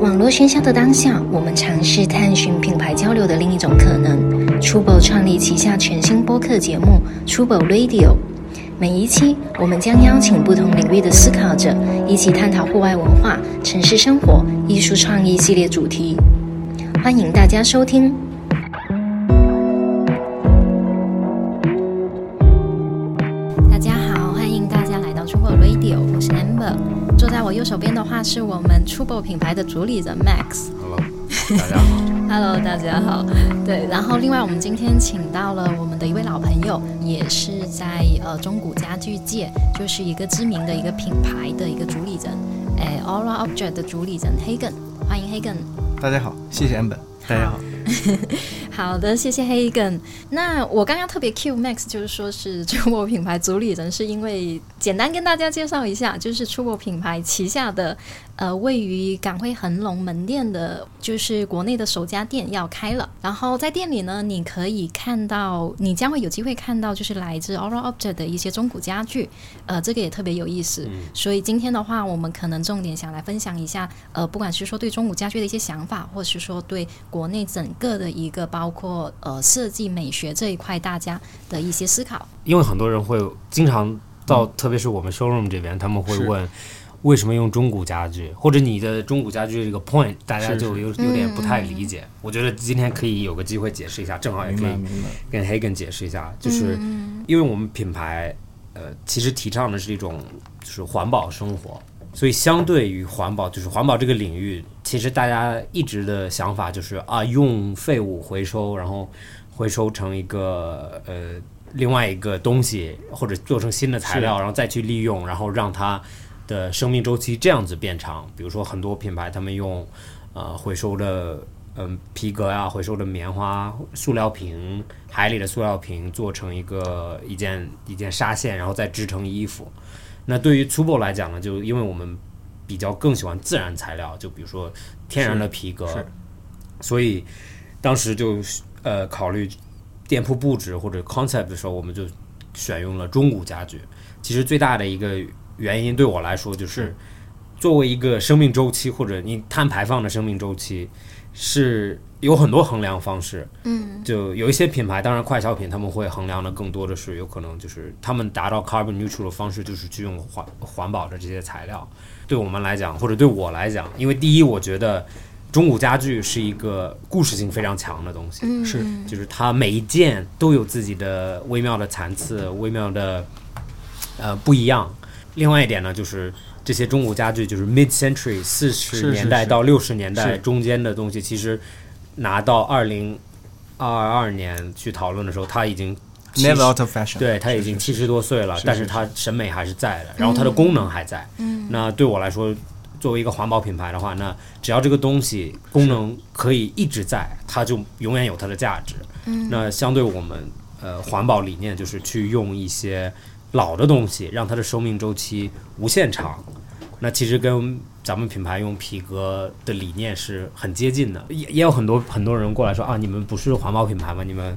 网络喧嚣的当下，我们尝试探寻品牌交流的另一种可能。出宝创立旗下全新播客节目“出宝 Radio”，每一期我们将邀请不同领域的思考者，一起探讨户外文化、城市生活、艺术创意系列主题。欢迎大家收听。大家好，欢迎大家来到出宝 Radio，我是 Amber。坐在我右手边的话是我们出宝品牌的主理人 Max。 Hello，大家好。 Hello，大家好。对，然后另外我们今天请到了我们的一位老朋友，也是在呃中古家具界，就是一个知名的一个品牌的一个主理人，诶 Aura Object 的主理人 Hagen，欢迎 Hagen。大家好，谢谢 amber。大家好。好的，谢谢 Hagen。那我刚刚特别 Q Max，就是说是 出我品牌主理人，是因为简单跟大家介绍一下，就是出我品牌旗下的呃位于港汇恒隆门店的，就是国内的首家店要开了。然后在店里呢，你可以看到，你将会有机会看到，就是来自 Oral Object 的一些中古家具，呃，这个也特别有意思。所以今天的话，我们可能重点想来分享一下，呃，不管是说对中古家具的一些想法，或是说对国内整个的一个包括呃设计美学这一块大家的一些思考。因为很多人会经常到，特别是我们 showroom 这边，他们会嗯是问为什么用中古家具，或者你的中古家具这个 point，大家是就有有点不太理解。我觉得今天可以有个机会解释一下，正哎好也可以明白。跟 Hagen 解释一下，就是因为我们品牌呃其实提倡的是一种就是环保生活，所以相对于环保，就是环保这个领域，其实大家一直的想法就是啊，用废物回收，然后回收成一个呃另外一个东西，或者做成新的材料，然后再去利用，然后让它的生命周期这样子变长。比如说很多品牌他们用呃回收的嗯皮革啊，回收的棉花、塑料瓶、海里的塑料瓶做成一个一件一件纱线，然后再织成衣服。那对于粗布来讲呢，就因为我们比较更喜欢自然材料，就比如说天然的皮革，是所以当时就是呃考虑店铺布置或者 concept 的时候，我们就选用了中古家具。其实最大的一个原因对我来说就是是，作为一个生命周期或者你碳排放的生命周期，是有很多衡量方式。嗯，就有一些品牌，当然快消品他们会衡量的更多的是，有可能就是他们达到 carbon neutral 的方式，就是去用环环保的这些材料。对我们来讲，或者对我来讲，因为第一，我觉得中古家具是一个故事性非常强的东西。是就是它每一件都有自己的微妙的残次，微妙的呃不一样。另外一点呢，就是这些中古家具，就是 mid century 四是十是年代是到六十年代是中间的东西，其实拿到二零二二年去讨论的时候，它已经七十 Never out of fashion。对，它已经七十多岁了，但是它审美还是在的，然后它的功能还在。嗯，那对我来说，作为一个环保品牌的话，那只要这个东西功能可以一直在，它就永远有它的价值。嗯，那相对我们呃环保理念就是去用一些老的东西，让它的生命周期无限长。那其实跟咱们品牌用皮革的理念是很接近的，也也有很多很多人过来说啊，你们不是环保品牌吗？你们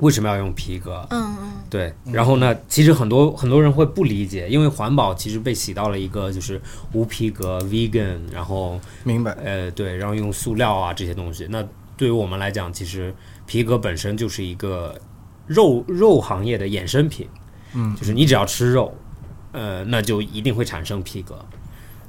为什么要用皮革？嗯嗯，对，然后呢，其实很多很多人会不理解，因为环保其实被洗到了一个就是无皮革、vegan，然后明白。呃对，然后用塑料啊这些东西。那对于我们来讲，其实皮革本身就是一个肉肉行业的衍生品，嗯，就是你只要吃肉，呃，那就一定会产生皮革。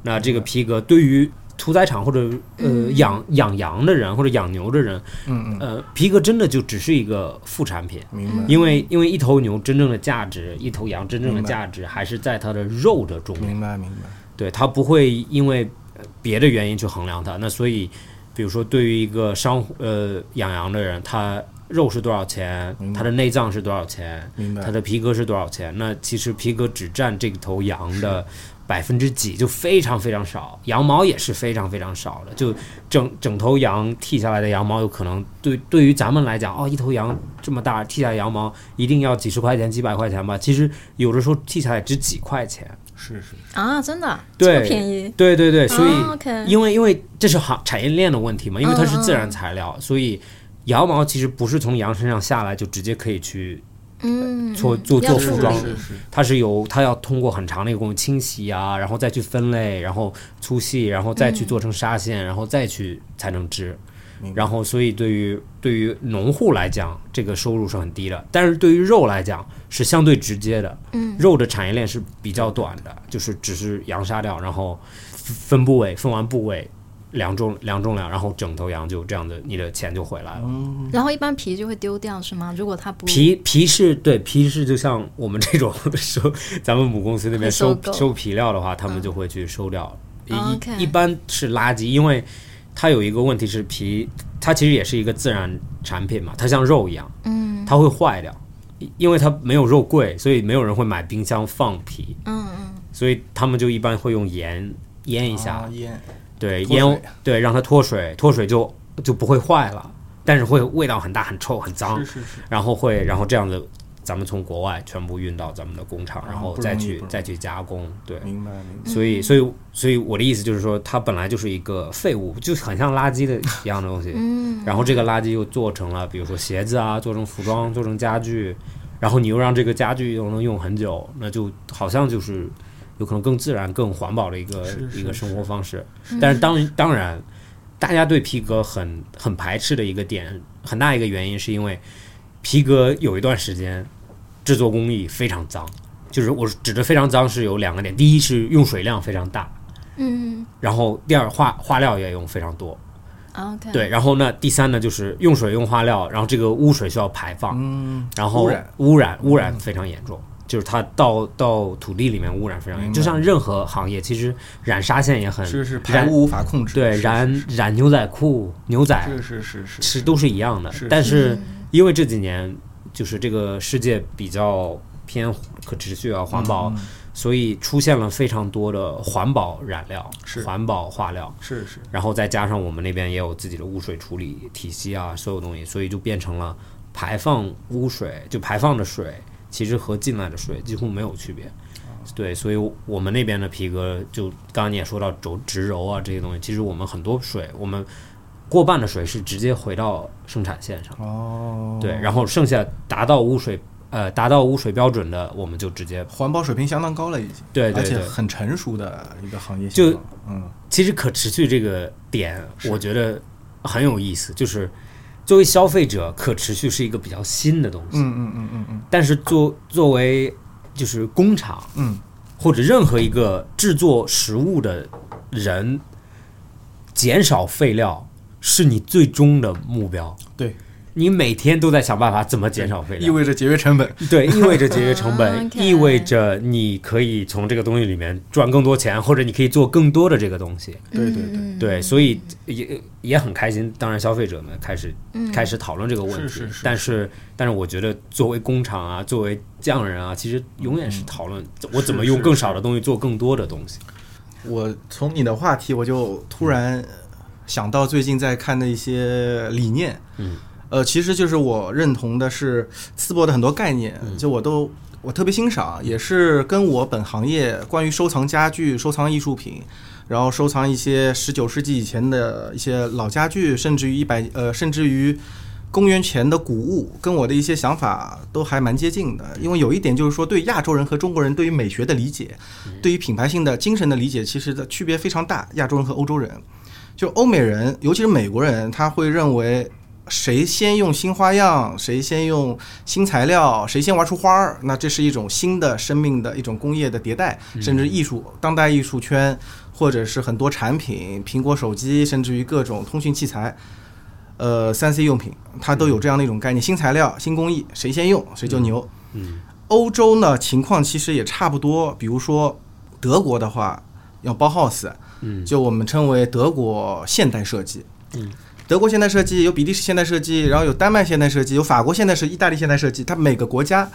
那这个皮革对于屠宰场或者呃养养羊的人或者养牛的人，嗯嗯，呃，皮革真的就只是一个副产品。明白。因为因为一头牛真正的价值，一头羊真正的价值还是在它的肉的重量，明白明白，对它不会因为呃别的原因去衡量它。那所以，比如说对于一个商户呃养羊的人，他肉是多少钱，明白它的内脏是多少钱，明白它的皮革是多少钱？那其实皮革只占这头羊的百分之几，就非常非常少。羊毛也是非常非常少的，就整整头羊剃下来的羊毛，有可能对对于咱们来讲，哦，一头羊这么大，剃下来羊毛一定要几十块钱、几百块钱吧？其实有的时候剃下来只几块钱。是是，啊，真的啊对这么便宜，对对对，所以、啊 OK 嗯因为因为这是行产业链的问题嘛，因为它是自然材料，所以羊毛其实不是从羊身上下来就直接可以去嗯，做做要做服处装理是是，它是由它要通过很长的一个工清洗啊，然后再去分类，然后粗细，然后再去做成纱线，然后再去才能织嗯明。白然后，所以对于对于农户来讲，这个收入是很低的；但是对于肉来讲是相对直接的。嗯，肉的产业链是比较短的，就是只是羊杀掉，然后分分部位，分完部位量重量重量，然后整头羊就这样的，你的钱就回来了。然后一般皮就会丢掉是吗？如果它不皮皮是对皮是就像我们这种收咱们母公司那 边会收收购收皮料的话，他们就会去收掉，一哦 OK 一一般是垃圾，因为它有一个问题是皮，它其实也是一个自然产品嘛，它像肉一样，嗯它会坏掉，因因为它没有肉桂，所以没有人会买冰箱放皮，嗯嗯，哦所以他们就一般会用盐腌一下，啊腌对，脱腌水对让它脱水，脱水就就不会坏了，但是会味道很大、很臭、很脏。是是是，然后会，然后这样子，咱们从国外全部运到咱们的工厂，啊然后不容易再去不容易再去加工。对，啊明白明白。所以所以所以我的意思就是说，它本来就是一个废物，就很像垃圾的一样的东西。嗯。然后这个垃圾又做成了，比如说鞋子啊，做成服装，做成家具，然后你又让这个家具又能用很久，那就好像就是有可能更自然、更环保的一个是是一个生活方式。但是当当然，大家对皮革很很排斥的一个点，很大一个原因是因为皮革有一段时间制作工艺非常脏，就是我指的非常脏是有两个点，第一是用水量非常大，嗯然后第二化化料也用非常多，嗯，OK，，对，然后呢第三呢就是用水用化料，然后这个污水需要排放，嗯，然后污染嗯污染污染非常严重，就是它到到土地里面污染非常严明重，白就像任何行业，其实染纱线也很是是排染污无法控制，对是染染牛仔裤、牛仔是是是是是都是一样的，是但是因为这几年就是这个世界比较偏可持续啊、环嗯保，所以出现了非常多的环保染料、是环保化料，是是，然后再加上我们那边也有自己的污水处理体系啊，所有东西，所以就变成了排放污水，就排放的水其实和进来的水几乎没有区别。对，所以我们那边的皮革，就刚刚你也说到轴植柔啊这些东西，其实我们很多水，我们过半的水是直接回到生产线上，哦，对，然后剩下达到污水呃达到污水标准的，我们就直接环保水平相当高了已经，对对而且对很成熟的一个行业就现状，嗯，其实可持续这个点，我觉得很有意思，就是作为消费者，可持续是一个比较新的东西，嗯嗯嗯嗯嗯但是作作为就是工厂嗯，或者任何一个制作食物的人，减少废料是你最终的目标。对，你每天都在想办法怎么减少废意料，味着节约成本，对，意味着节约成啊本， ，OK 意味着你可以从这个东西里面赚更多钱，或者你可以做更多的这个东西。对对对，对，所以也也很开心。当然，消费者们开始、开始讨论这个问是题，是是但是但是我觉得作为工厂啊，作为匠人啊，其实永远嗯是讨论我怎么用更少的东西做更多的东西。我从你的话题，我就突然想到最近在看的一些理念，嗯，呃，其实就是我认同的是淄博的很多概念，就我都我特别欣赏，也是跟我本行业关于收藏家具、收藏艺术品，然后收藏一些十九世纪以前的一些老家具，甚至于一百呃，甚至于公元前的古物，跟我的一些想法都还蛮接近的。因为有一点就是说，对亚洲人和中国人对于美学的理解，对于品牌性的精神的理解，其实的区别非常大。亚洲人和欧洲人，就欧美人，尤其是美国人，他会认为。谁先用新花样，谁先用新材料，谁先玩出花儿，那这是一种新的生命的一种工业的迭代，甚至艺术、当代艺术圈，或者是很多产品，苹果手机，甚至于各种通讯器材，呃，三 C 用品，它都有这样的一种概念：新材料、新工艺，谁先用谁就牛。嗯，欧洲呢情况其实也差不多，比如说德国的话，要包 house，嗯，就我们称为德国现代设计，嗯，德国现代设计有比利时现代设计，然后有丹麦现代设计，有法国现代设计，意大利现代设计，它每个国家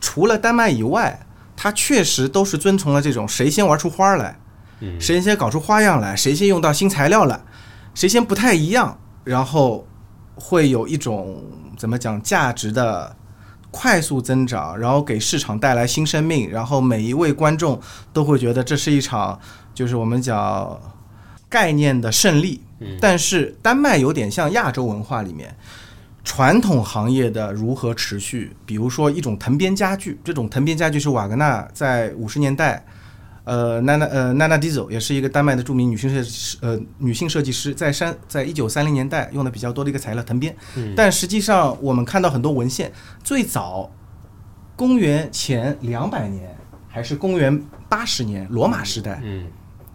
除了丹麦以外，它确实都是遵从了这种谁先玩出花儿来，嗯谁先搞出花样来，谁先用到新材料来，谁先不太一样，然后会有一种怎么讲价值的快速增长，然后给市场带来新生命，然后每一位观众都会觉得这是一场就是我们讲概念的胜利。但是丹麦有点像亚洲文化里面。传统行业的如何持续，比如说一种藤编家具，这种藤编家具是瓦格纳在五十年代，呃，娜娜呃娜娜迪 l 也是一个丹麦的著名女性设计师，呃，女性设计师在山在一九三零年代用的比较多的一个材料藤编，但实际上我们看到很多文献，最早公元前两百年还是公元八十年罗马时代，嗯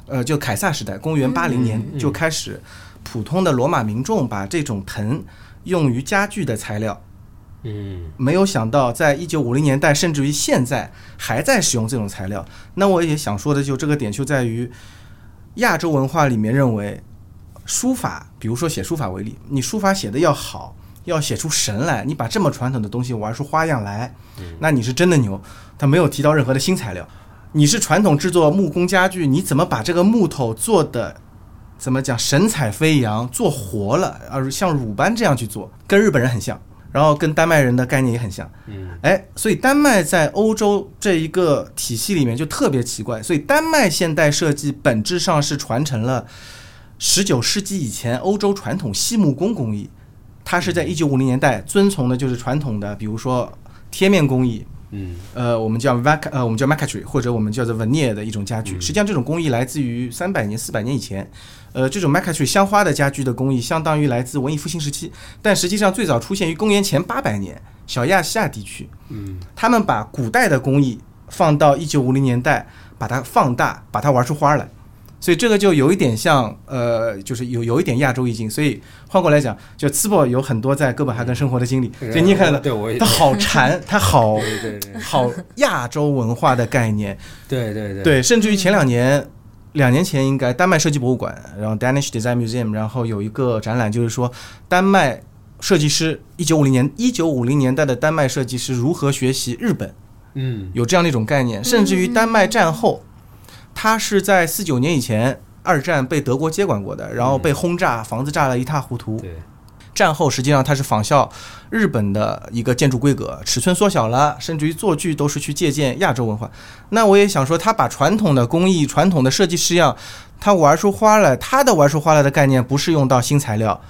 呃，就凯撒时代，公元八零年嗯就开始，普通的罗马民众把这种藤用于家具的材料，嗯没有想到在一九五零年代，甚至于现在还在使用这种材料。那我也想说的就这个点就在于，亚洲文化里面认为，书法，比如说写书法为例，你书法写的要好，要写出神来，你把这么传统的东西玩出花样来，那你是真的牛。他没有提到任何的新材料。你是传统制作木工家具，你怎么把这个木头做的怎么讲神采飞扬，做活了啊？像鲁班这样去做，跟日本人很像，然后跟丹麦人的概念也很像。嗯，哎，所以丹麦在欧洲这一个体系里面就特别奇怪。所以丹麦现代设计本质上是传承了十九世纪以前欧洲传统细木工工艺，它是在一九五零年代遵从的就是传统的，比如说贴面工艺，嗯呃，我们叫 vac，呃，我们叫 macatry，或者我们叫做 veneer 的一种家具。嗯实际上，这种工艺来自于三百年、四百年以前。呃，这种 macatry 香花的家具的工艺，相当于来自文艺复兴时期，但实际上最早出现于公元前八百年小亚细亚地区。嗯，他们把古代的工艺放到一九五零年代，把它放大，把它玩出花来。所以这个就有一点像，呃，就是有有一点亚洲意境。所以换过来讲，就 t s b o 有很多在哥本哈根生活的经历，嗯所以你也看到对我也他好 馋，他好对对对好亚洲文化的概念。对对对，对，甚至于前两年，两年前应该丹麦设计博物馆，然后 Danish Design Museum，然后有一个展览，就是说丹麦设计师一九五零年一九五零年代的丹麦设计师如何学习日本，嗯有这样的一种概念。甚至于丹麦战后，它是在四九年以前。二战被德国接管过的，然后被轰炸，房子炸得一塌糊涂。对，战后实际上它是仿效日本的一个建筑规格，尺寸缩小了，甚至于做具都是去借鉴亚洲文化。那我也想说，它把传统的工艺、传统的设计式样，它玩出花来。它的玩出花来的概念不是用到新材料，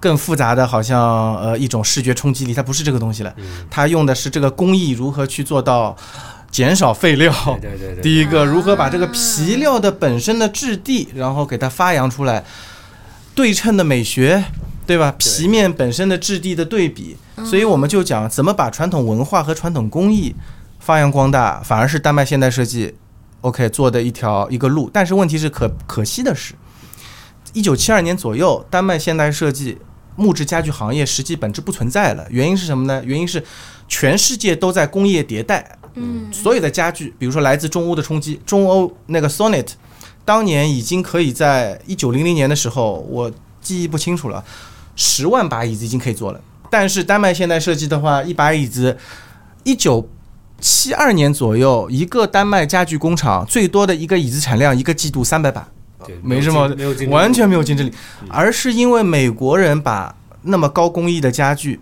更复杂的，好像呃一种视觉冲击力，它不是这个东西了。它用的是这个工艺如何去做到减少废料。对对对对，第一个，如何把这个皮料的本身的质地，然后给它发扬出来，对称的美学，对吧？对皮面本身的质地的对比，所以我们就讲怎么把传统文化和传统工艺发扬光大，反而是丹麦现代设计 OK 做的一条一个路。但是问题是可可惜的是，一九七二年左右，丹麦现代设计木质家具行业实际本质不存在了。原因是什么呢？原因是全世界都在工业迭代，嗯所有的家具，比如说来自中欧的冲击，中欧那个 Sonnet，当年已经可以在一九零零年的时候，我记忆不清楚了，十万把椅子已经可以做了。但是丹麦现代设计的话，一把椅子，一九七二年左右，一个丹麦家具工厂最多的一个椅子产量，一个季度三百把，对没什么没有竞争完全没有竞争力，而是因为美国人把那么高工艺的家具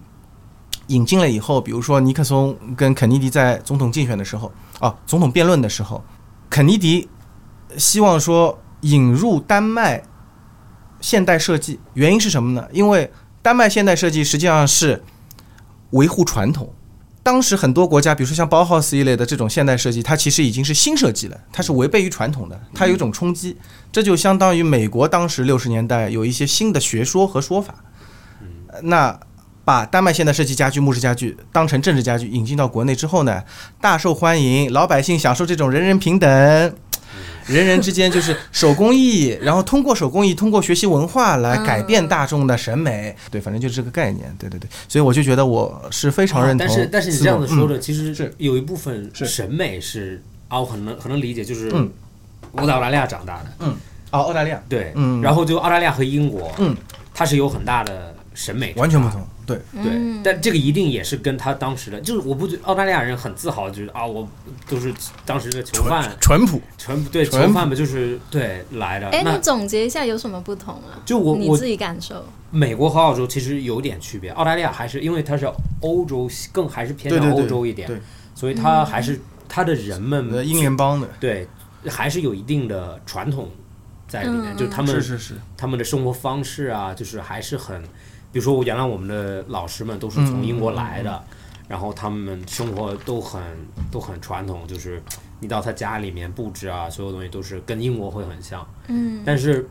引进来以后，比如说尼克松跟肯尼迪在总统竞选的时候，哦，总统辩论的时候，肯尼迪希望说引入丹麦现代设计，原因是什么呢？因为丹麦现代设计实际上是维护传统。当时很多国家，比如说像包浩斯一类的这种现代设计，它其实已经是新设计了，它是违背于传统的，它有一种冲击。这就相当于美国当时六十年代有一些新的学说和说法，嗯呃那把丹麦现代设计家具、木质家具当成政治家具引进到国内之后呢，大受欢迎，老百姓享受这种人人平等，人人之间就是手工艺，然后通过手工艺，通过学习文化来改变大众的审美，对，反正就是这个概念，对对对，所以我就觉得我是非常认同啊但思路，是但是你这样子嗯说的，其实是有一部分是审美是啊，我很能很能理解，就是嗯我在澳大利亚长大的，哦，澳大利亚对，嗯然后就澳大利亚和英国，嗯，它是有很大的审美完全不差同，对，异，对，嗯但这个一定也是跟他当时的，就是我不觉澳大利亚人很自豪，就是啊，我都是当时的囚犯，淳朴，全对淳朴囚犯们就是对来的，哎，那你总结一下有什么不同啊？就我你我自己感受，美国和澳洲其实有点区别，澳大利亚还是因为它是欧洲更还是偏对向对对欧洲一点，对所以它还是它的人呃们英联邦的，对还是有一定的传统在里面，嗯就是他们是是是，他们的生活方式啊，就是还是很比如说我原来我们的老师们都是从英国来嗯的，然后他们生活都很都很传统，就是你到他家里面布置啊，所有东西都是跟英国会很像，嗯但是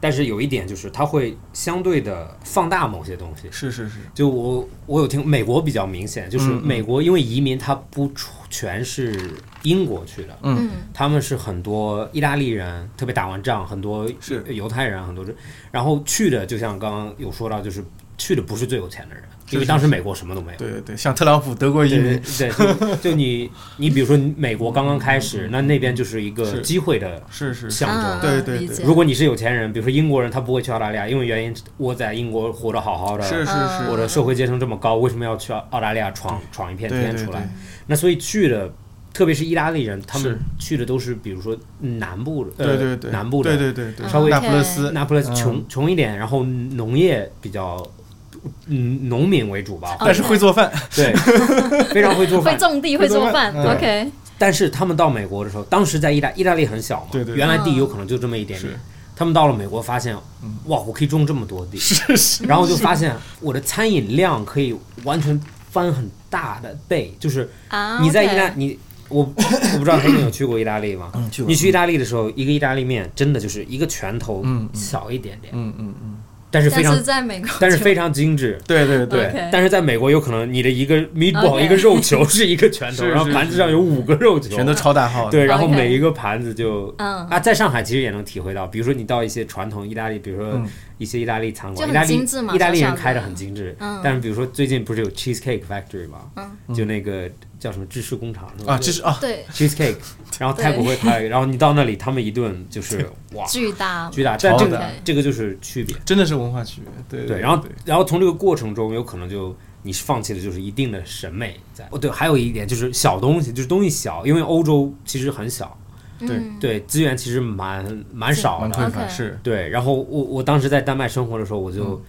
但是有一点就是他会相对的放大某些东西，是是是，就我我有听美国比较明显，就是嗯嗯美国因为移民他不出全是英国去的，嗯嗯他们是很多意大利人，特别打完仗，很多是呃犹太人，很多这，然后去的就像刚刚有说到，就是去的不是最有钱的人，是因为当时美国什么都没有。对对对，像特朗普德国移对对民，对，就就你你比如说美国刚刚开始，那那边就是一个嗯是机会的是是是，象征。啊对对理对解如果你是有钱人，比如说英国人，他不会去澳大利亚，因为原因我在英国活得好好的，是是嗯我的社会阶层这么高，为什么要去澳大利亚闯闯一片对天对出来对？那所以去的，特别是意大利人，他是们去的都是比如说南部，呃对对对，南部对对的，对对，稍微那不勒斯，那不勒斯嗯穷穷一点，然后农业比较，嗯，农民为主吧，但是会做饭，对， 非常会做会饭。种地，会会做做饭饭。嗯 OK，但是他们到美国的时候，当时在意大意大利很小嘛对对，对原来地嗯有可能就这么一点点是。他们到了美国，发现嗯哇，我可以种这么多地，然后就发现我的餐饮量可以完全翻很大的倍，就是啊，你在意 OK 大你我我不知道黑妹有去过意大利吗？ 嗯，去你去意大利的时候，一个意大利面真的就是一个拳头嗯嗯小一点点，嗯嗯嗯，但是非但常是在美国就， 但是非常 精致。对对对，对 OK 但是在美国有可能你的一个 meatball OK 一个肉球是一个拳头， 是然后是盘子是上有五个肉球全，都超大号的，对，然后 OK 每一个盘子就嗯啊，在上海其实也能体会到，比如说你到一些传统意大利，比如说嗯一些意大利餐就馆，很意大利精致嘛意大利小小人的开的很精致，嗯但是比如说最近不是有 Cheesecake Factory 嘛，嗯就那个叫什么芝士工厂是吧啊，这是啊，对 Cheesecake，然后泰国会开，然后你到那里他们一顿 就是哇巨大巨大，超但这大个这个就是区别，真的是文化区别，对对，然后然后从这个过程中有可能就。你是放弃了就是一定的审美在哦，对，还有一点就是小东西，就是东西小，因为欧洲其实很小，对嗯对资源其实蛮蛮少蛮的，匮乏 OK 是，对，然后我我当时在丹麦生活的时候，我就、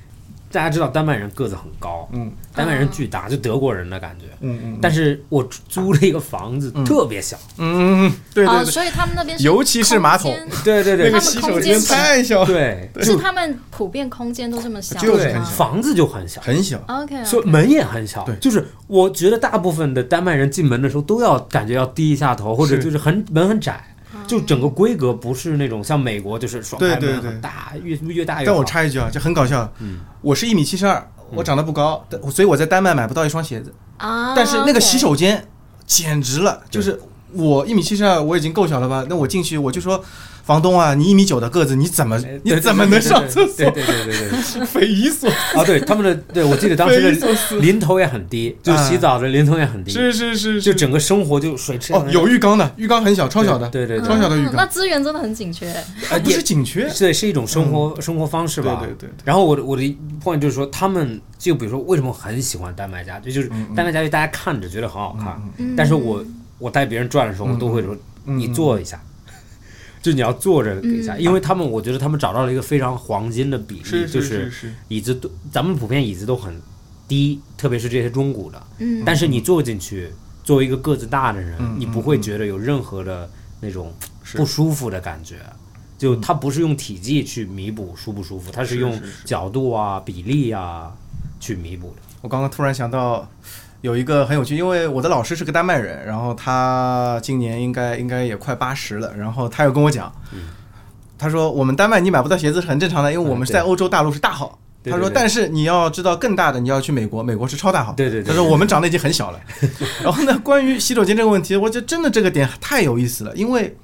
大家知道丹麦人个子很高，嗯丹麦人巨大，就德国人的感觉。嗯嗯但是我租了一个房子，特别小，嗯嗯，对哦，对对，所以他们那边是尤其是马桶 空间对对那 个对们洗手空间间太小，了，对，是就他们普遍空间都这么小，就是吗很小房子就很小，很小， OK，所以门也很小对。就是我觉得大部分的丹麦人进门的时候都要感觉要低一下头，或者是就是很门很窄。就整个规格不是那种像美国，就是双对开门对对很大，越越大越但好。我插一句啊，这很搞笑，嗯我是一米七十二，我长得不高，但所以我在丹麦买不到一双鞋子，啊，但是那个 OK 洗手间简直了，就是我一米七十二，我已经够小了吧？那我进去我就说，房东啊，你一米九的个子，你怎么哎，对你对怎么能上厕对所？对对对对对对，匪夷所 思，啊，对，他们的对我记得当匪夷时所的思，啊淋头也很低，就洗澡的淋头也很低，是是是，就是整个生活就水池哦，有浴缸的，浴缸很小，超小的，对对对超小的浴嗯那缸，资源真的很紧缺，哎，不是紧缺，对，是一种生活生活方式对吧。嗯对对，然后我的我的 point 就是说，他们就比如说为什么我很喜欢丹麦家具，就是嗯嗯丹麦家具大家看着觉得很好看，嗯但是我我带别人转的时候，嗯我都会说你坐一下， 就你要坐着一下，嗯因为他们我觉得他们找到了一个非常黄金的比例，是就是是，椅子都咱们普遍椅子都很低，特别是这些中古的，嗯但是你坐进去，作为一个个子大的人，嗯你不会觉得有任何的那种是不舒服的感觉。就它不是用体积去弥补舒不舒服，它是是用是是角度啊、比例啊去弥补的。我刚刚突然想到有一个很有趣，因为我的老师是个丹麦人，然后他今年应该应该也快八十了，然后他又跟我讲，他说我们丹麦你买不到鞋子是很正常的，因为我们嗯对在欧洲大陆是大号。对他说：“对对但是你要知道，更大的你要去美国，美国是超大号。对对对他说：“我们长得已经很小了。”然后呢，关于洗手间这个问题，我觉得真的这个点太有意思了，因为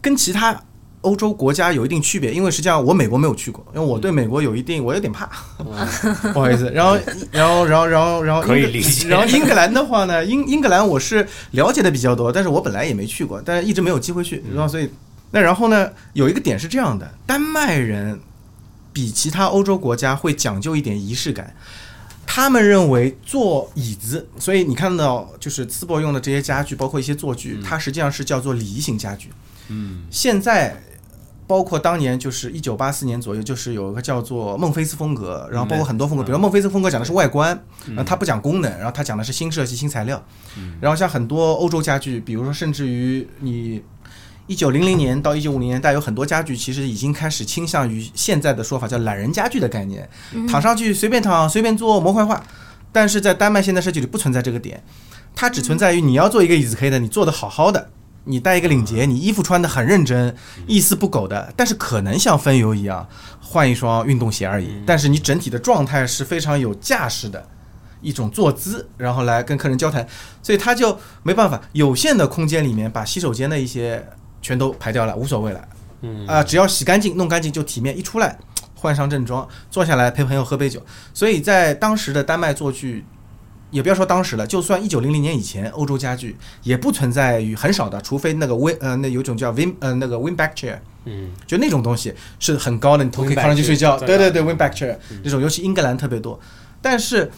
跟其他欧洲国家有一定区别。因为实际上我美国没有去过，因为我对美国有一定，我有点怕。不好意思。然后，然后，然后，然后，然后可以英格理解然后英格兰的话呢，英英格兰我是了解的比较多，但是我本来也没去过，但是一直没有机会去。然后所以，那然后呢，有一个点是这样的，丹麦人比其他欧洲国家会讲究一点仪式感。他们认为坐椅子，所以你看到就是淄博用的这些家具，包括一些坐具，它实际上是叫做礼仪型家具。嗯，现在包括当年就是一九八四年左右，就是有一个叫做孟菲斯风格，然后包括很多风格，比如孟菲斯风格讲的是外观，然后它不讲功能，然后它讲的是新设计、新材料，然后像很多欧洲家具，比如说甚至于你。一九零零年到一九五零年代，有很多家具其实已经开始倾向于现在的说法叫懒人家具的概念，躺上去随便躺随便做模块化。但是在丹麦现代设计里不存在这个点，它只存在于你要做一个椅子可以的，你做的好好的，你戴一个领结，你衣服穿的很认真，一丝不苟的，但是可能像分油一样换一双运动鞋而已，但是你整体的状态是非常有架势的。一种坐姿，然后来跟客人交谈，所以他就没办法，有限的空间里面把洗手间的一些全都排掉了，无所谓了。嗯啊、只要洗干净、弄干净就体面，一出来换上正装，坐下来陪朋友喝杯酒。所以在当时的丹麦做剧，也不要说当时了，就算一九零零年以前，欧洲家具也不存在于很少的，除非那个 win 呃那有一种叫 win 呃那个 win back chair，嗯，就那种东西是很高的，你头可以放上去睡觉。 Windback chair，对对对对，win back chair 那种，尤其英格兰特别多，但是。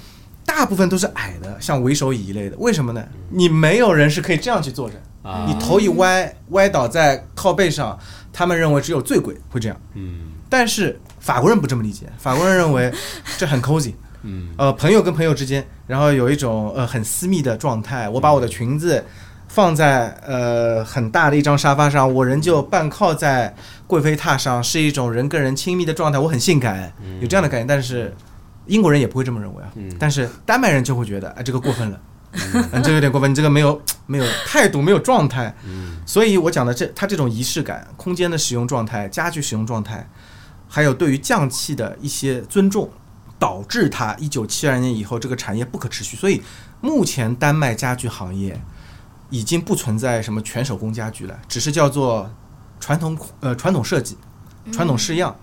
大部分都是矮的，像围手椅一类的，为什么呢？你没有人是可以这样去坐着，啊，你头一歪，歪倒在靠背上，他们认为只有醉鬼会这样。嗯但是法国人不这么理解，法国人认为这很 cozy，嗯呃，朋友跟朋友之间，然后有一种呃很私密的状态。我把我的裙子放在呃很大的一张沙发上，我人就半靠在贵妃榻上，是一种人跟人亲密的状态，我很性感，有这样的感觉。但是英国人也不会这么认为啊，嗯但是丹麦人就会觉得，哎，这个过分了，嗯，这有点过分，你这个没有没有态度，没有状态。嗯所以我讲的这，它这种仪式感、空间的使用状态、家具使用状态，还有对于匠气的一些尊重，导致它一九七二年以后这个产业不可持续。所以目前丹麦家具行业已经不存在什么全手工家具了，只是叫做传统呃传统设计、传统式样。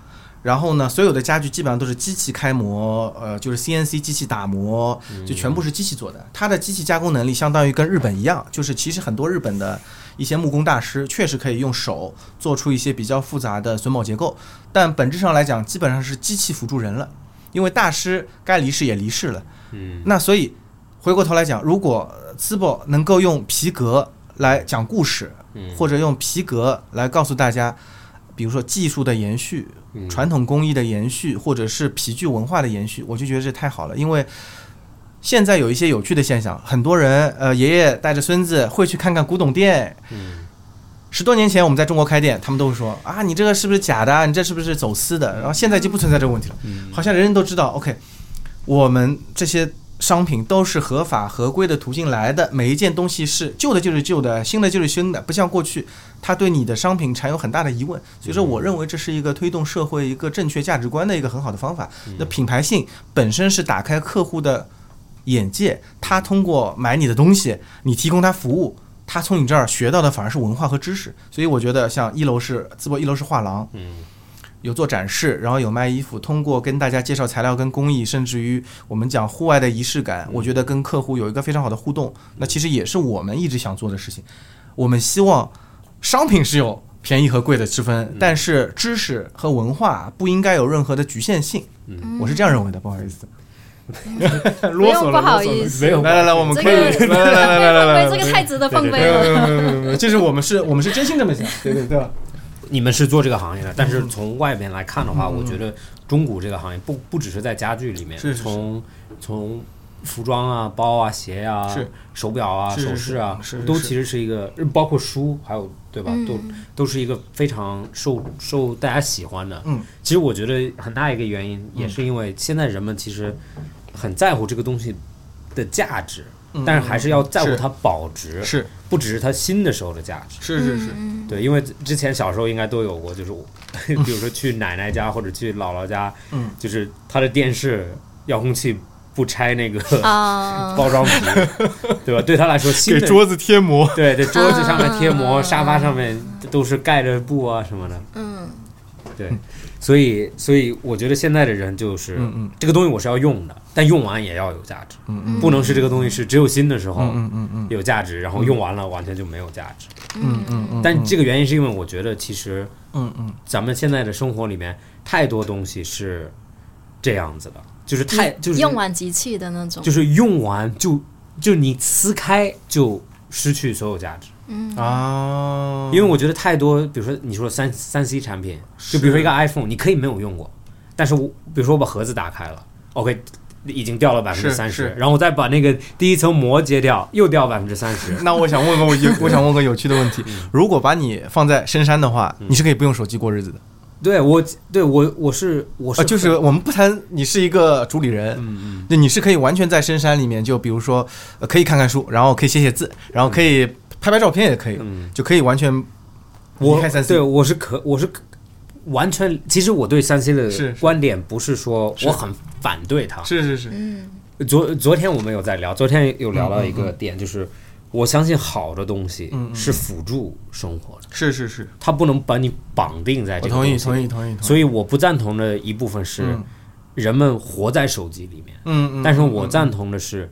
然后呢，所有的家具基本上都是机器开模，呃，就是 CNC 机器打磨，嗯就全部是机器做的。它的机器加工能力相当于跟日本一样，就是其实很多日本的一些木工大师确实可以用手做出一些比较复杂的榫卯结构，但本质上来讲，基本上是机器辅助人了，因为大师该离世也离世了。嗯那所以回过头来讲，如果 s i b o 能够用皮革来讲故事，嗯或者用皮革来告诉大家，比如说技术的延续、嗯传统工艺的延续，或者是皮具文化的延续，我就觉得这太好了，因为。现在有一些有趣的现象，很多人呃，爷爷带着孙子会去看看古董店。嗯十多年前我们在中国开店，他们都会说啊，你这个是不是假的啊？你这是不是走私嗯的？然后现在就不存在这个问题了，好像人人都知道。OK，我们这些商品都是合法合规的途径来的，每一件东西是旧的就是旧的，新的就是新的，不像过去，它对你的商品产有很大的疑问。所以说，我认为这是一个推动社会一个正确价值观的一个很好的方法。那品牌性本身是打开客户的眼界，他通过买你的东西，你提供他服务。他从你这儿学到的反而是文化和知识，所以我觉得像一楼是淄博一楼是画廊，嗯有做展示，然后有卖衣服，通过跟大家介绍材料跟工艺，甚至于我们讲户外的仪式感，嗯我觉得跟客户有一个非常好的互动。那其实也是我们一直想做的事情。我们希望商品是有便宜和贵的之嗯分，但是知识和文化不应该有任何的局限性。嗯我是这样认为的，不好意思， 没啰嗦有嗯了，不好啰嗦了意思，哎没有来来来，我们这可以，个来来来来来来来放飞，来这个太值得放没飞有了没。有没有没有没有，这是我们是我们是真心这么想，对对对吧？你们是做这个行业的，但嗯是从外边来看的话，我觉得中古这个行业不不只是在家具里面，是是是从从服装啊、包啊、鞋啊、是手表啊、是是首饰啊，是是都是其实是一个，包括书，还有对吧，都都是一个非常受受大家喜欢的。嗯，其实我觉得很大一个原因也是因为现在人们其实很在乎这个东西的价值，嗯但是还是要在乎是它保值，是不只是它新的时候的价值。是是是，对，因为之前小时候应该都有过，就是我 比如说去奶奶家或者去姥姥家，嗯，就是他的电视遥控器不拆那个啊，包装皮， 对吧？对他来说，新给的桌子贴膜。对对桌子上面贴膜，沙发上面都是盖着布啊什么的，嗯，对，所以所以我觉得现在的人就是嗯嗯这个东西我是要用的，但用完也要有价值，嗯嗯不能是这个东西是只有新的时候嗯嗯嗯有价值，然后用完了完全就没有价值。嗯嗯嗯，但这个原因是因为我觉得其实。嗯嗯咱们现在的生活里面太多东西是这样子的，就是太就是用完即弃的那种就。是用完就就你撕开就失去所有价值，嗯啊，因为我觉得太多，比如说你说三三 C 产品，就比如说一个 iPhone，你可以没有用过，但是我比如说我把盒子打开了，OK，已经掉了百分之三是十，是然后我再把那个第一层膜揭掉，又掉百分之三十。那我想问个我有，我想问个有趣的问题：如果把你放在深山的话，你是可以不用手机过日子的。对我，对我，我是啊我是、呃，就是我们不谈你是一个主理人，嗯嗯，就你是可以完全在深山里面，就比如说、呃可以看看书，然后可以写写字，然后可以拍拍照片，也可以，嗯就可以完全离我开三 C 对。我是可我是可完全，其实我对三 C 是的是观点不是说是我很反对它。是是是，昨昨天我们有在聊，昨天有聊嗯到一个点，就是我相信好的东西是辅助生活的，是是是，它不能把你绑定在我这个同意东西同意里。同意同意。所以我不赞同的一部分是嗯，人们活在手机里面，嗯嗯，但是我赞同的是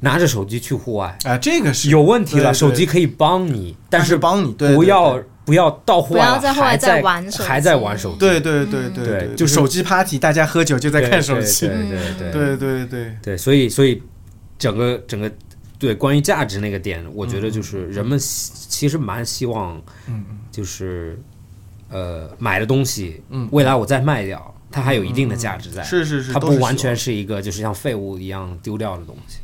拿着手机去户外。哎、这个是有问题对了，对手机可以帮你，但它是是帮你，对对不对要不要到户不要外在了户外还再在玩手还在机玩手机，对对对对对对，就是手机 party，大家喝酒就在对看手机，嗯对对对对对对，对，所以所以整个整个对关于价值那个点，我觉嗯得就是人们希其实蛮希望，就是呃买的东西，未来我再卖掉，它还有一定的价值在，嗯是是是，它都不是完希望全是一个就是像废物一样丢掉的东西。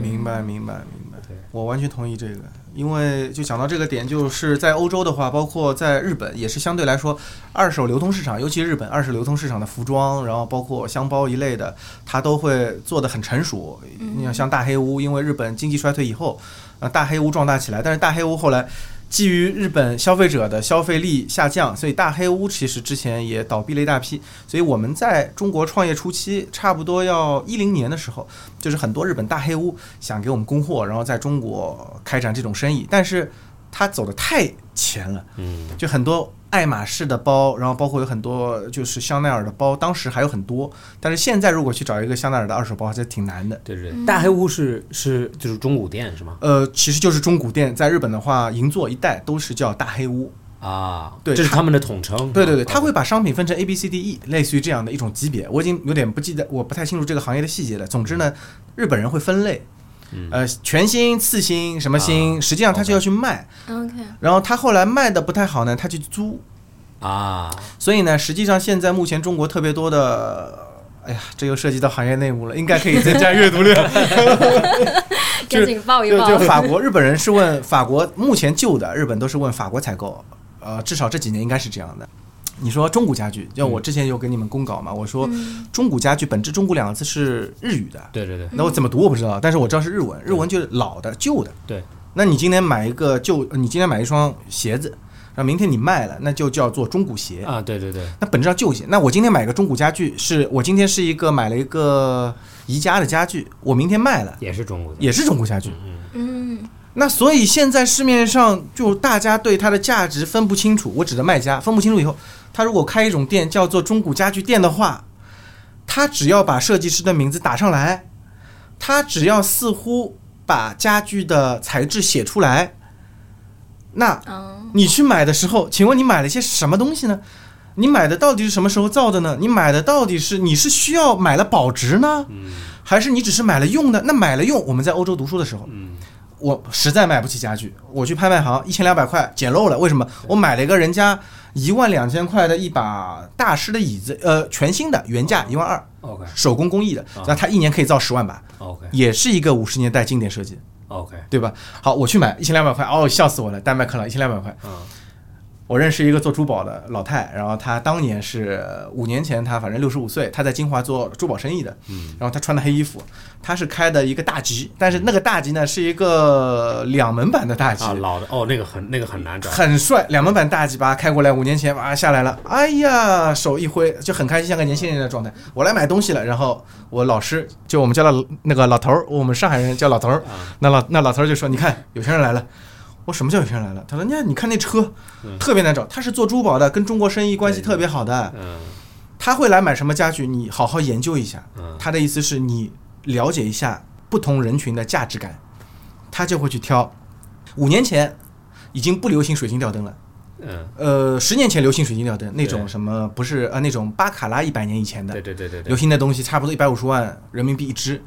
明白，明白，明白对。我完全同意这个，因为就讲到这个点，就是在欧洲的话，包括在日本，也是相对来说，二手流通市场，尤其日本二手流通市场的服装，然后包括箱包一类的，它都会做得很成熟。你像像大黑屋，因为日本经济衰退以后，呃，大黑屋壮大起来，但是大黑屋后来。基于日本消费者的消费力下降，所以大黑屋其实之前也倒闭了一大批。所以我们在中国创业初期，差不多要一零年的时候，就是很多日本大黑屋想给我们供货，然后在中国开展这种生意，但是他走的太前了，嗯，就很多爱马仕的包，然后包括有很多就是香奈儿的包，当时还有很多，但是现在如果去找一个香奈儿的二手包，还是挺难的。嗯对对，对大黑屋是是就是中古店是吗？呃，其实就是中古店，在日本的话，银座一带都是叫大黑屋。啊，对这是它他们的统称。对对对，啊他会把商品分成 A B C D E，类似于这样的一种级别。我已经有点不记得，我不太清楚这个行业的细节了。总之呢，日本人会分类，呃，全新、次新、什么新，实际上他就要去卖。 OK，然后他后来卖的不太好呢，他去租。啊，所以呢，实际上现在目前中国特别多的，哎呀，这又涉及到行业内幕了，应该可以增加阅读量。赶紧报一就报。就法国、日本人是问法国，目前旧的日本都是问法国采购，呃，至少这几年应该是这样的。你说中古家具，就嗯我之前有给你们公稿嘛，我说中古家具本质“中古”两个字是日语的，对对对那我怎么读我不知道，但是我知道是日文，日文就是老的、旧的。对，那你今天买一个旧，你今天买一双鞋子，然后明天你卖了，那就叫做中古鞋。啊，对对对，那本质上旧鞋。那我今天买个中古家具，是我今天是一个买了一个宜家的家具，我明天卖了，也是中古店。也是中古家具。嗯，那所以现在市面上就大家对它的价值分不清楚，我指的卖家分不清楚以后，他如果开一种店叫做中古家具店的话，他只要把设计师的名字打上来，他只要似乎把家具的材质写出来，那哦，你去买的时候，请问你买了些什么东西呢？你买的到底是什么时候造的呢？你买的到底是你是需要买了保值呢，还是你只是买了用呢？那买了用，我们在欧洲读书的时候，我实在买不起家具，我去拍卖行一千两百块捡漏了，为什么？我买了一个人家一万两千块的一把大师的椅子，呃，全新的，原价一万二， OK 手工工艺的，那他一年可以造十万把， OK 也是一个五十年代经典设计。 OK，对吧？好，我去买一千两百块，哦，笑死我了，丹麦克朗一千两百块。嗯我认识一个做珠宝的老太，然后她当年是五年前，她反正六十五岁，她在金华做珠宝生意的。嗯，然后她穿的黑衣服，她是开的一个大吉，但是那个大吉呢是一个两门版的大吉。啊，老的哦，那个很那个很难找。很帅，两门版大吉巴开过来，五年前哇下来了，哎呀，手一挥就很开心，像个年轻人的状态。我来买东西了，然后我老师就我们叫他那个老头儿，我们上海人叫老头儿，那老那老头儿就说，你看有钱人来了。我什么叫有钱人来了？他说：“你看，你看那车，特别难找。他是做珠宝的，跟中国生意关系特别好的。嗯他会来买什么家具？你好好研究一下。嗯他的意思是你了解一下不同人群的价值感，他就会去挑。五年前已经不流行水晶吊灯了，嗯，呃，十年前流行水晶吊灯那种对什么不是呃那种巴卡拉一百年以前的对对对对流对，行的东西，差不多一百五十万人民币一只。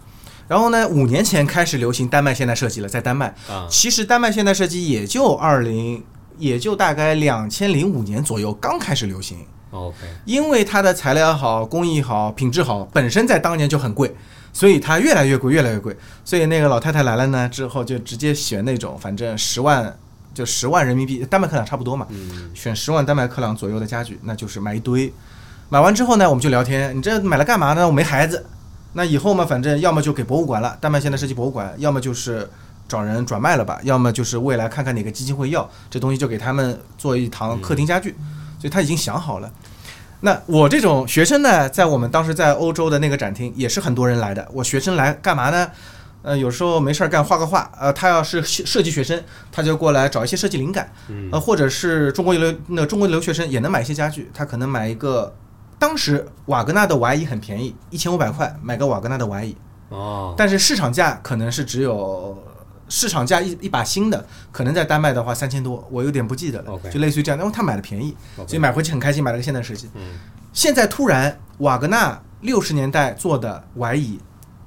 然后呢，五年前开始流行丹麦现代设计了，在丹麦，啊其实丹麦现代设计也就二零，也就大概两千零五年左右刚开始流行。 ，OK，因为它的材料好、工艺好、品质好，本身在当年就很贵，所以它越来越贵，越来越贵。所以那个老太太来了呢之后，就直接选那种反正十万就十万人民币，丹麦克朗差不多嘛，选十万丹麦克朗左右的家具，那就是买一堆。买完之后呢，我们就聊天，你这买了干嘛呢？我没孩子，那以后嘛，反正要么就给博物馆了，丹麦现代设计博物馆，要么就是找人转卖了吧，要么就是未来看看哪个基金会要这东西，就给他们做一堂客厅家具。所以他已经想好了。那我这种学生呢，在我们当时在欧洲的那个展厅，也是很多人来的。我学生来干嘛呢？呃，有时候没事儿干，画个画。呃，他要是设设计学生，他就过来找一些设计灵感。嗯呃，或者是中国留那个中国留学生也能买一些家具，他可能买一个。当时瓦格纳的瓦椅很便宜，一千五百块买个瓦格纳的瓦椅，哦，但是市场价可能是只有市场价一一把新的，可能在丹麦的话三千多，我有点不记得了 OK 就类似于这样。因为他买的便宜，所以买回去很开心，买了个现代设计。嗯现在突然瓦格纳六十年代做的玩椅，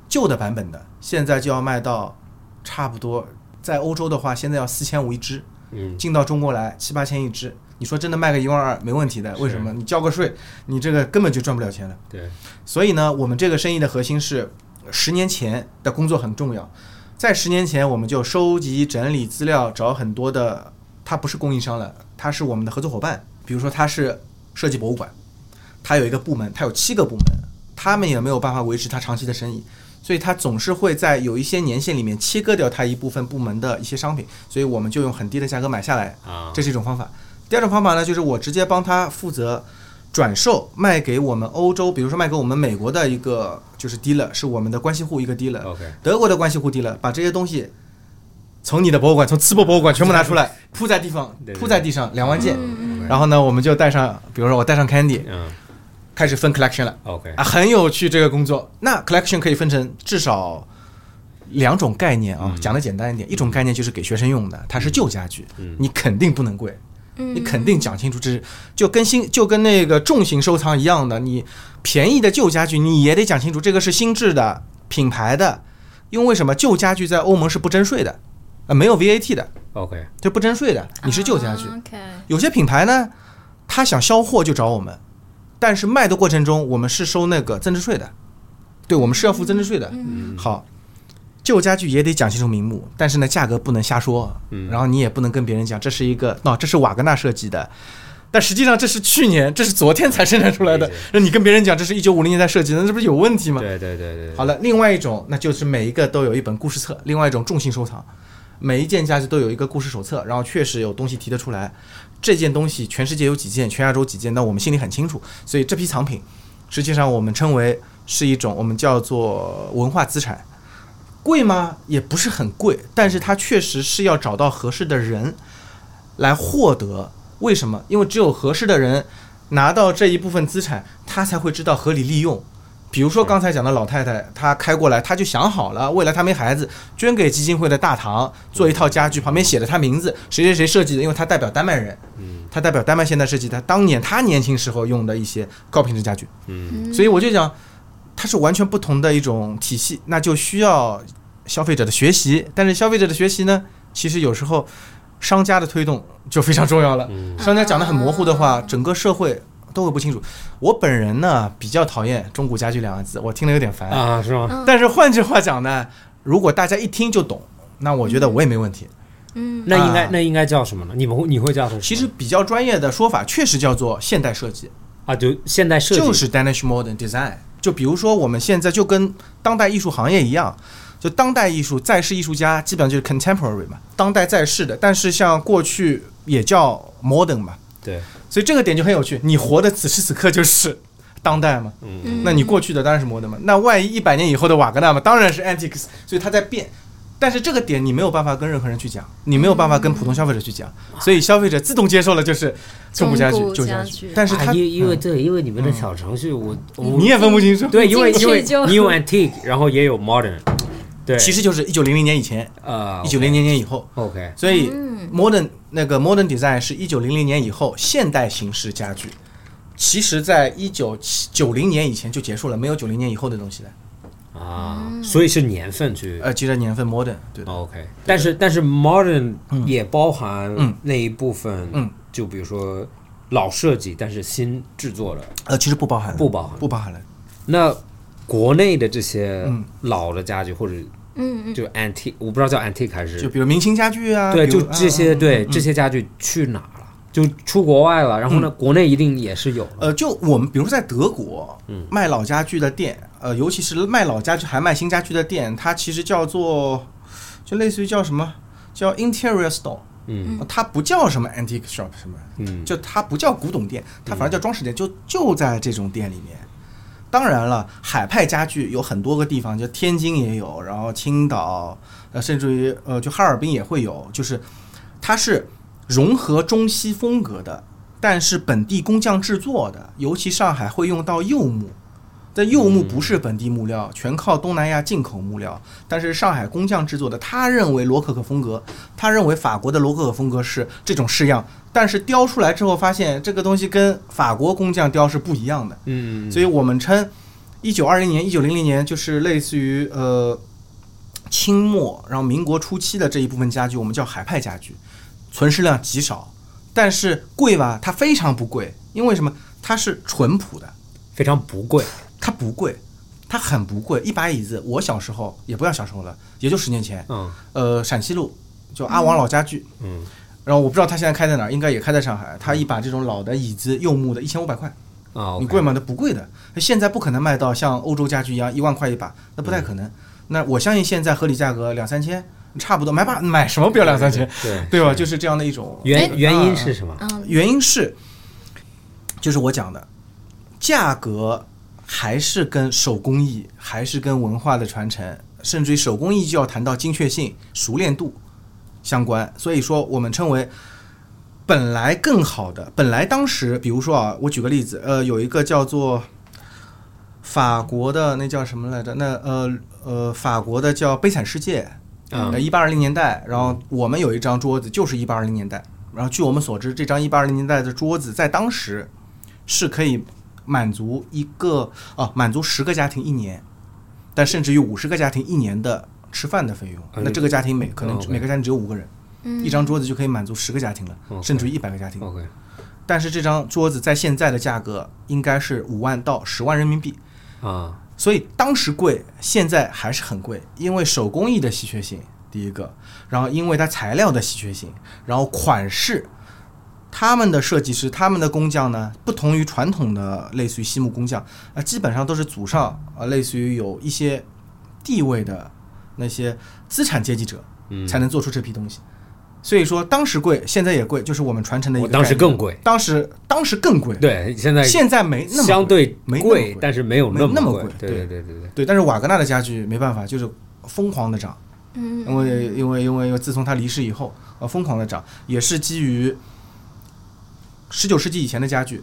旧的版本的，现在就要卖到差不多在欧洲的话，现在要四千五一只，嗯，进到中国来七八千一只。你说真的卖个一万二没问题的，是为什么？你交个税，你这个根本就赚不了钱了。对，所以呢，我们这个生意的核心是十年前的工作很重要。在十年前，我们就收集、整理资料，找很多的，它不是供应商了，它是我们的合作伙伴。比如说，它是设计博物馆，它有一个部门，它有七个部门，他们也没有办法维持它长期的生意，所以它总是会在有一些年限里面切割掉它一部分部门的一些商品，所以我们就用很低的价格买下来，啊，这是一种方法。第二种方法呢，就是我直接帮他负责转售，卖给我们欧洲，比如说卖给我们美国的一个就是 dealer，是我们的关系户一个 dealer， OK，德国的关系户 dealer，把这些东西从你的博物馆，从淄博博物馆全部拿出来，铺在地方对，对铺在地上两万件。嗯然后呢，我们就带上，比如说我带上 Candy，嗯开始分 collection 了，OK，啊，很有趣这个工作。那 collection 可以分成至少两种概念啊，讲的简单一点，一种概念就是给学生用的，它是旧家具，嗯你肯定不能贵，嗯你肯定讲清楚，这是就跟新就跟那个重型收藏一样的，你便宜的旧家具你也得讲清楚，这个是新制的品牌的，因为为什么旧家具在欧盟是不征税的，呃，没有 VAT 的， ，OK，就不征税的，你是旧家具。啊，OK，有些品牌呢，他想销货就找我们，但是卖的过程中我们是收那个增值税的，对，我们是要付增值税的。嗯好，旧家具也得讲清楚明目，但是呢，价格不能瞎说，嗯然后你也不能跟别人讲这是一个，哦，这是瓦格纳设计的。但实际上，这是去年，这是昨天才生产出来的理解。那你跟别人讲这是一九五零年代设计的，那这不是有问题吗？对对对对，对好，了，另外一种那就是每一个都有一本故事册，另外一种重型收藏，每一件家具都有一个故事手册，然后确实有东西提得出来，这件东西全世界有几件，全亚洲几件，那我们心里很清楚，所以这批藏品实际上我们称为是一种我们叫做文化资产。贵吗？也不是很贵，但是它确实是要找到合适的人来获得。为什么？因为只有合适的人拿到这一部分资产，他才会知道合理利用。比如说刚才讲的老太太，她开过来，她就想好了，未来她没孩子，捐给基金会的大堂做一套家具，旁边写着她名字，谁谁谁设计的，因为她代表丹麦人，她代表丹麦现代设计，她当年她年轻时候用的一些高品质家具。嗯所以我就讲，它是完全不同的一种体系，那就需要消费者的学习。但是消费者的学习呢，其实有时候商家的推动就非常重要了。嗯商家讲的很模糊的话，整个社会都会不清楚。我本人呢比较讨厌“中古家具”两个字，我听了有点烦。啊，是吗？但是换句话讲呢，如果大家一听就懂，那我觉得我也没问题。嗯那应该啊那应该叫什么呢？你们会你会叫什么？其实比较专业的说法确实叫做现代设计。啊，就现代设计就是 Danish Modern Design。就比如说我们现在就跟当代艺术行业一样，就当代艺术在世艺术家基本上就是 contemporary 嘛，当代在世的。但是像过去也叫 modern 嘛，对，所以这个点就很有趣。你活的此时此刻就是当代嘛，嗯那你过去的当然是 modern 嘛。那万一一百年以后的瓦格纳嘛，当然是 antiques，所以它在变。但是这个点你没有办法跟任何人去讲，你没有办法跟普通消费者去讲，所以消费者自动接受了就是中古家具、中古旧家家具具。但是啊它嗯因因为对，因为你们的小程序，我我你也分不清楚，对，因为进去因为就你有 antique，然后也有 modern，对，其实就是一九零零年以前，啊，一九零零年以后， OK，所以 modern 那个 modern design 是一九零零年以后现代形式家具，其实在一九九零年以前就结束了，没有九零年以后的东西了。啊，嗯所以是年份去呃，记得年份 modern 对的， OK，但是但是 modern 也包含嗯那一部分，嗯，就比如说老设计，但是新制作了，呃，其实不包含了，不包含不包含了。那国内的这些嗯老的家具或者嗯嗯，就 antique，我不知道叫 antique 还是就比如明星家具啊，对，比就如这。啊些对这些家具去哪儿了？就出国外了，然后呢，国内一定也是有了。嗯呃，就我们比如说在德国，嗯卖老家具的店，呃，尤其是卖老家具还卖新家具的店，它其实叫做，就类似于叫什么，叫 interior store，嗯它不叫什么 antique shop 什么，嗯，就它不叫古董店，它反而叫装饰店，就就在这种店里面。当然了，海派家具有很多个地方，就天津也有，然后青岛，呃，甚至于呃，就哈尔滨也会有，就是它是融合中西风格的，但是本地工匠制作的，尤其上海会用到柚木。但柚木不是本地木料，全靠东南亚进口木料，但是上海工匠制作的。他认为罗可可风格，他认为法国的罗可可风格是这种式样，但是雕出来之后发现这个东西跟法国工匠雕是不一样的，嗯，所以我们称一九二零年、一九零零年就是类似于呃清末，然后民国初期的这一部分家具，我们叫海派家具，存世量极少，但是贵吧，它非常不贵，因为什么？它是淳朴的，非常不贵。它不贵，它很不贵，一把椅子，我小时候也不要小时候了，也就十年前，嗯呃，陕西路就阿王老家具，嗯，然后我不知道他现在开在哪儿，应该也开在上海。他一把这种老的椅子，柚木的，一千五百块，啊，你贵？吗？那不贵的，现在不可能卖到像欧洲家具一嗯样一万块一把，那不太可能。那我相信现在合理价格两三千，差不多买把买什么不要两三千，对，对吧？就是这样的一种哎原原因是什啊么？嗯，原因是，就是我讲的，价格还是跟手工艺，还是跟文化的传承，甚至于手工艺就要谈到精确性、熟练度相关。所以说，我们称为本来更好的，本来当时，比如说啊，我举个例子，呃，有一个叫做法国的那叫什么来着？那呃呃，法国的叫《悲惨世界》，嗯呃，一八二零年代，然后我们有一张桌子，就是一八二零年代。然后据我们所知，这张一八二零年代的桌子在当时是可以满足一个哦，满足十个家庭一年，但甚至于五十个家庭一年的吃饭的费用。哎那这个家庭每可能哦，OK 每个家庭只有五个人，嗯一张桌子就可以满足十个家庭了，哦 OK 甚至于一百个家庭。 OK，但是这张桌子在现在的价格应该是五万到十万人民币，啊，所以当时贵，现在还是很贵，因为手工艺的稀缺性，第一个，然后因为它材料的稀缺性，然后款式，他们的设计师、他们的工匠呢，不同于传统的类似于西木工匠，啊，基本上都是祖上呃，类似于有一些地位的那些资产阶级者嗯，才能做出这批东西。所以说，当时贵，现在也贵，就是我们传承的一我个。当时更，贵。当时当时更贵，对，现在现在没那么贵相对没那么贵，但是没有没那么贵贵。对对对对对对，但是瓦格纳的家具没办法，就是疯狂的涨，嗯因为因为因为因为自从他离世以后，呃，疯狂的涨，也是基于十九世纪以前的家具，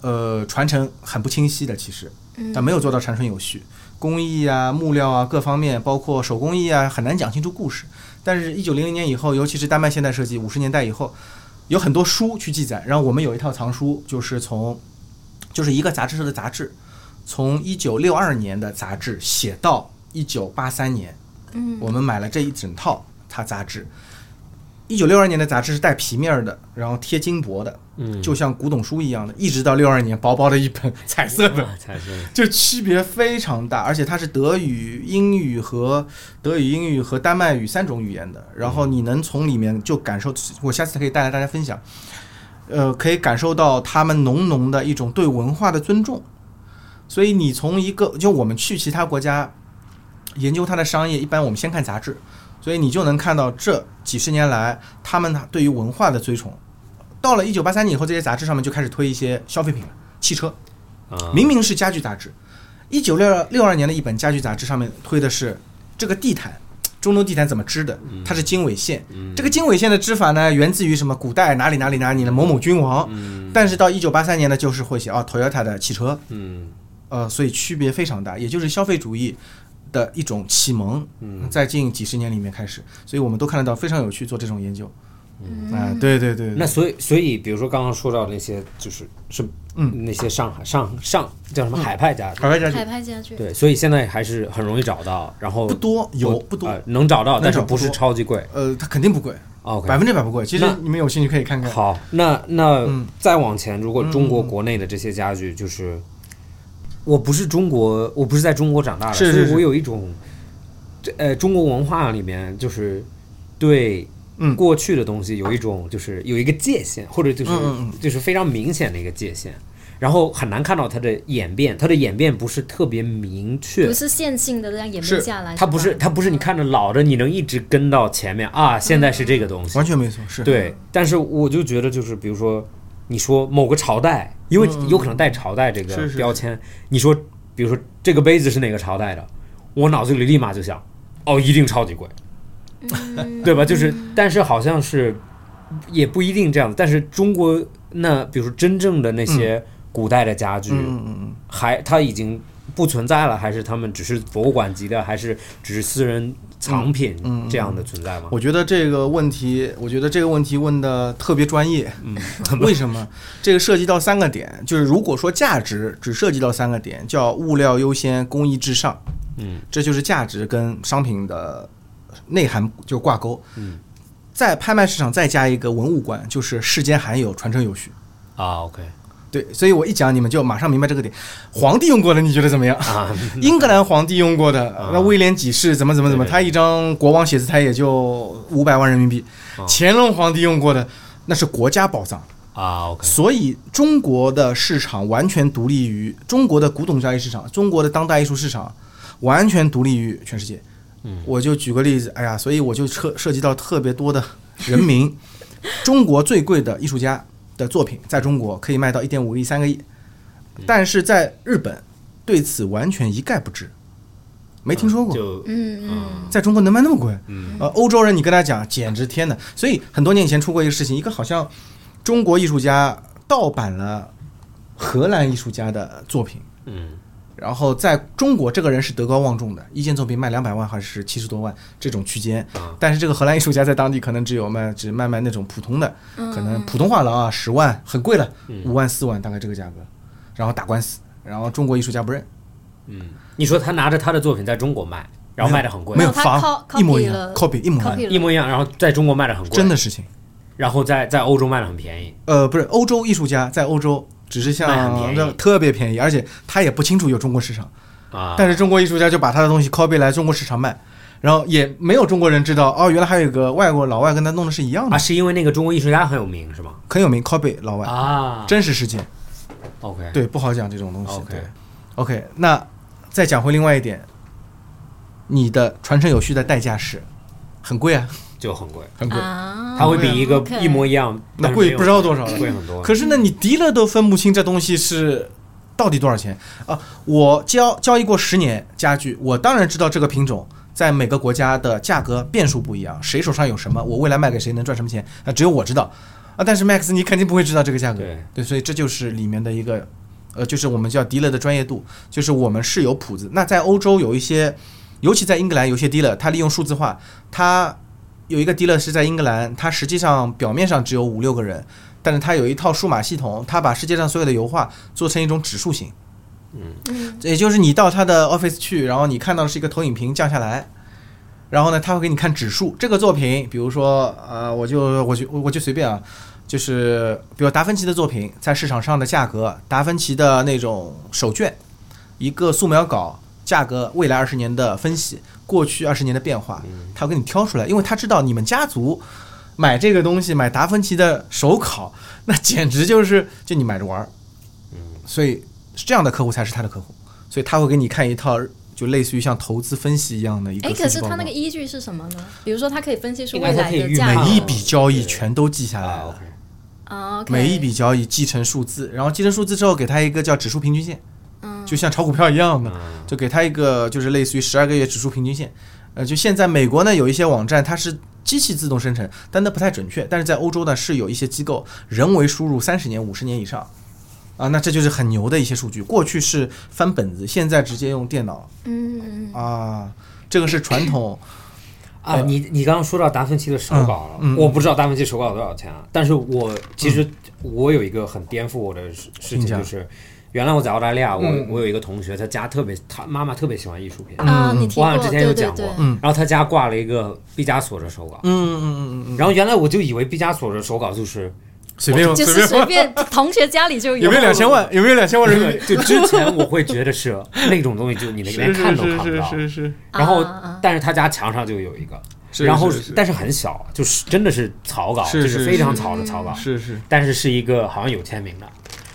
呃，传承很不清晰的，其实，但没有做到传承有序，工艺啊、木料啊各方面，包括手工艺啊，很难讲清楚故事。但是，一九零零年以后，尤其是丹麦现代设计五十年代以后，有很多书去记载。然后我们有一套藏书，就是从就是一个杂志社的杂志，从一九六二年的杂志写到一九八三年，嗯，我们买了这一整套它杂志。一九六二年的杂志是带皮面儿的，然后贴金箔的，嗯就像古董书一样的，一直到六二年薄薄的一本 彩色对，本，啊才是就区别非常大，而且它是德语、英语和德语、英语和丹麦语三种语言的。然后你能从里面就感受，我下次可以带来大家分享，呃，可以感受到他们浓浓的一种对文化的尊重。所以你从一个就我们去其他国家研究它的商业，一般我们先看杂志，所以你就能看到这几十年来他们对于文化的追崇。到了一九八三年以后，这些杂志上面就开始推一些消费品了，汽车。啊，明明是家具杂志，一九六六二年的一本家具杂志上面推的是这个地毯，中东地毯怎么织的？它是经纬线。这个经纬线的织法呢，源自于什么？古代哪里哪里哪里的某某君王。但是到一九八三年呢，就是会写啊，Toyota 的汽车。嗯呃，所以区别非常大，也就是消费主义的一种启蒙，嗯，在近几十年里面开始，所以我们都看得到非常有趣做这种研究，嗯，啊，对对对，那所以所以，比如说刚刚说到那些，就是是嗯那些上海上上叫什么海派家具海，外家具海派家具，对，所以现在还是很容易找到，然后不多，有不多，呃能找到，能但是找不不是多超级贵。啊呃，它肯定不贵， OK，百分之百不贵。其实那你们有兴趣可以看看，嗯好，那那嗯再往前，如果中国国内的这些家具，就是嗯我不是中国，我不是在中国长大的，是是所是以我有一种，这呃，中国文化里面就是对嗯过去的东西有一种就是有一个界限，或者就是嗯嗯就是非常明显的一个界限，然后很难看到它的演变，它的演变不是特别明确不。是线性的这样演变是下来，它不是，吧它不是你看着老的，你能一直跟到前面啊！现在是这个东西，完全没错， 是对，但是我就觉得就是比如说，你说某个朝代，因为有可能带朝代这嗯是个是标签，你说比如说这个杯子是哪个朝代的，我脑子里立马就想，哦，一定超级贵， 对吧？就是，但是好像是也不一定这样子，但是中国那比如说真正的那些古代的家具，嗯嗯嗯还它已经不存在了，还是他们只是博物馆级的，还是只是私人藏品这样的存在吗嗯嗯，？我觉得这个问题，我觉得这个问题问的特别专业，嗯， 为什么？这个涉及到三个点，就是如果说价值只涉及到三个点，叫物料优先、工艺至上，嗯，这就是价值跟商品的内涵就挂钩。嗯，在拍卖市场再加一个文物观，就是世间罕有，传承有序。啊，OK 对，所以我一讲你们就马上明白这个点。皇帝用过的，你觉得怎么样？啊， 英格兰皇帝用过的，啊那威廉几世怎么怎么怎么，对对对他一张国王写字台也就五百万人民币哦。乾隆皇帝用过的，那是国家宝藏。啊，OK，所以中国的市场完全独立于中国的古董交易市场，中国的当代艺术市场完全独立于全世界。嗯，我就举个例子，哎呀，所以我就涉涉及到特别多的人名。中国最贵的艺术家的作品，在中国可以卖到一点五亿、三个亿，但是在日本对此完全一概不知，没听说过。就嗯嗯嗯在中国能卖那么贵？嗯呃，欧洲人你跟他讲，简直天呐！所以很多年前出过一个事情，一个好像中国艺术家盗版了荷兰艺术家的作品，嗯然后在中国这个人是德高望重的，一件作品卖两百万还是七十多万这种区间啊，但是这个荷兰艺术家在当地可能只有卖只卖卖那种普通的，可能普通画廊啊十万很贵了，嗯五万四万大概这个价格，然后打官司，然后中国艺术家不认，嗯，你说他拿着他的作品在中国卖，然后卖的很贵，没有他仿 co- 一模一 copy 样了，copy 一模一样， copy 一模一样，然后在中国卖的很贵，真的，事情。然后在在欧洲卖的很便宜，呃，不是欧洲艺术家在欧洲只是卖很像便宜这特别便宜，而且他也不清楚有中国市场，啊，但是中国艺术家就把他的东西 copy 来中国市场卖，然后也没有中国人知道哦，原来还有一个外国老外跟他弄的是一样的啊，，是因为那个中国艺术家很有名是吗？很有名 copy 老外，啊真实事件， ，OK，对，不好讲这种东西 OK，对，OK，那再讲回另外一点，你的传承有序的代价是很贵啊，就很贵，很贵，啊，它会比一个 OK 一模一样，那贵不知道多少但了是。没有贵很多，可是呢，你提了都分不清这东西是到底多少钱啊！我交交易过十年家具，我当然知道这个品种在每个国家的价格变数不一样，谁手上有什么，我未来卖给谁能赚什么钱，那只有我知道啊。但是 Max，你肯定不会知道这个价格，对啊所以这就是里面的一个，呃，就是我们叫 dealer 的专业度，就是我们是有谱子。那在欧洲有一些，尤其在英格兰，有些 dealer 他利用数字化，他有一个 dealer 是在英格兰，他实际上表面上只有五六个人，但是他有一套数码系统，他把世界上所有的油画做成一种指数型，嗯也就是你到他的 office 去，然后你看到的是一个投影屏降下来。然后呢，他会给你看指数。这个作品，比如说，呃，我就我就我就随便啊，就是比如达芬奇的作品在市场上的价格，达芬奇的那种手卷，一个素描稿，价格未来二十年的分析，过去二十年的变化，他会给你挑出来，因为他知道你们家族买这个东西，买达芬奇的手稿，那简直就是就你买着玩儿。所以这样的客户才是他的客户，所以他会给你看一套就类似于像投资分析一样的一个哎，数据可是报他告那个依据是什么呢？比如说，他可以分析出应未该来它可以的预价判格每一笔交易全都记下来啊了。 ，OK，啊，OK，每一笔交易记成数字，然后记成数字之后给他一个叫指数平均线，嗯就像炒股票一样的，嗯就给他一个就是类似于十二个月指数平均线。呃，就现在美国呢有一些网站它是机器自动生成，但那不太准确。但是在欧洲呢是有一些机构人为输入三十年、五十年以上，啊，那这就是很牛的一些数据。过去是翻本子，现在直接用电脑嗯嗯啊，这个是传统。啊，你你刚刚说到达芬奇的手稿了，哎嗯嗯嗯我不知道达芬奇手稿多少钱啊，但是我其实我有一个很颠覆我的事事情，评价就是原来我在澳大利亚，我、嗯我有一个同学，他家特别，他妈妈特别喜欢艺术品，嗯啊，你提我好过，像之前对有对讲过对，，嗯然后他家挂了一个毕加索的手稿，嗯嗯嗯嗯嗯， 然后原来我就以为毕加索的手稿就是随便就随是便随便同学家里就有没有两千万？有没有两千万人民币？就之前我会觉得是那种东西，就你连是看是都看不是到。是是然后啊啊啊，但是他家墙上就有一个，是，然后是是但是很小，就是真的是草稿，是就是非常草的草稿，是是但是是一个好像有签名的。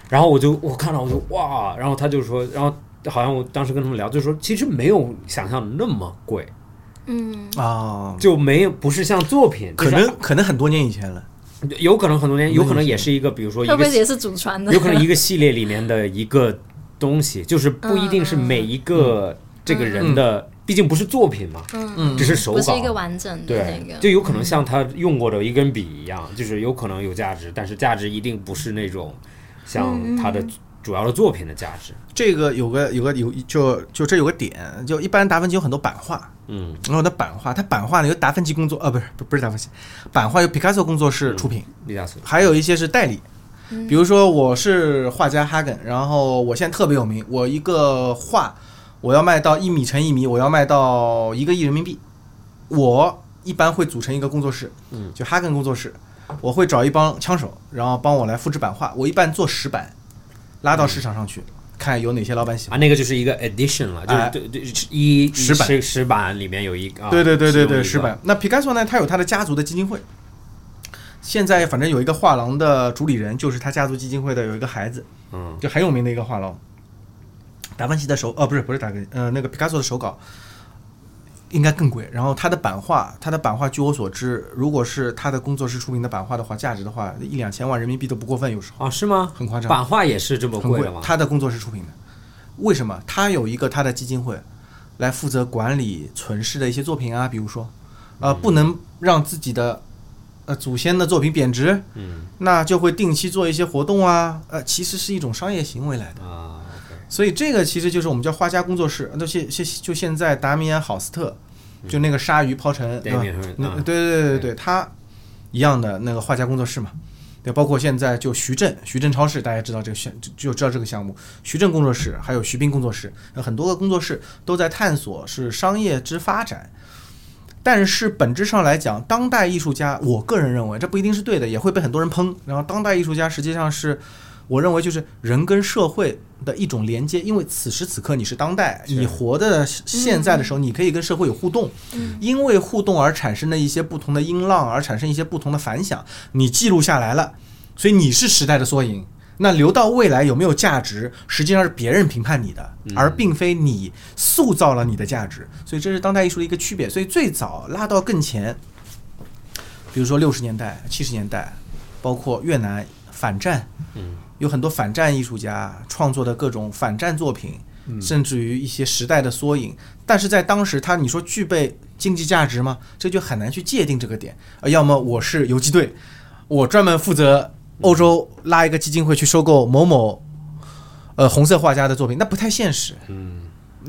然后我就我看到我就哇，然后他就说，然后好像我当时跟他们聊，就说其实没有想象的那么贵，嗯，啊，就没有不是像作品，可就是啊能可能很多年以前了，有可能很多年，有可能也是一个，比如说一会不个会也是祖传 的？有可能一个系列里面的一个东西，就是不一定是每一嗯个这个人的，毕竟不是作品嘛，嗯只是手不是一个稿。完整的对那，个，就有可能像他用过的一根笔一样，就是有可能有价值，但是价值一定不是那种像他的嗯主要的作品的价值。这个有个有个有就就这有个点，就一般达芬奇有很多版画，嗯，然后它版画，它版画呢由达芬奇工作呃不是不不是达芬奇，版画由皮卡索工作室出品，毕加索，还有一些是代理。比如说我是画家哈根，然后我现在特别有名，我一个画我要卖到一米乘一米，我要卖到一个亿人民币。我一般会组成一个工作室，嗯，就哈根工作室，我会找一帮枪手，然后帮我来复制版画，我一般做十版，拉到市场上去，看有哪些老板喜欢。啊，那个就是一个 edition 了，就是哎对对是一石板石石板里面有一个，啊对对对对对，其石中一个板。那皮卡索呢，他有他的家族的基金会。现在反正有一个画廊的主理人，就是他家族基金会的有一个孩子，嗯就很有名的一个画廊。达芬奇的手，哦，不是不是达芬奇，呃，那个皮卡索的手稿应该更贵。然后他的版画，他的版画，据我所知，如果是他的工作室出名的版画的话，价值的话，一两千万人民币都不过分，有时候啊是吗？很夸张。版画也是这么很贵贵的吗？他的工作室出品的，为什么？他有一个他的基金会，来负责管理存世的一些作品啊，比如说，呃，嗯不能让自己的呃祖先的作品贬值，嗯那就会定期做一些活动啊，呃，其实是一种商业行为来的。啊，OK，所以这个其实就是我们叫画家工作室，那现现就现在达米安·郝斯特，就那个鲨鱼抛沉，嗯对吧 Damien Hirst，那对嗯对对对对，他一样的那个画家工作室嘛，对，包括现在就徐震，徐震超市，大家知道这个项就就知道这个项目，徐震工作室，还有徐斌工作室，有很多个工作室都在探索是商业之发展。但是本质上来讲，当代艺术家，我个人认为这不一定是对的，也会被很多人喷。然后，当代艺术家实际上是，我认为就是人跟社会的一种连接，因为此时此刻你是当代，是你活的现在的时候，你可以跟社会有互动，因为互动而产生的一些不同的音浪，而产生一些不同的反响，你记录下来了，所以你是时代的缩影。那留到未来有没有价值，实际上是别人评判你的，而并非你塑造了你的价值。所以这是当代艺术的一个区别。所以最早拉到更前，比如说六十年代、七十年代，包括越南反战，嗯，有很多反战艺术家创作的各种反战作品，嗯甚至于一些时代的缩影。但是在当时，他你说具备经济价值吗？这就很难去界定这个点。呃要么我是游击队，我专门负嗯责欧洲拉一个基金会去收购某某呃红色画家的作品，那不太现实。嗯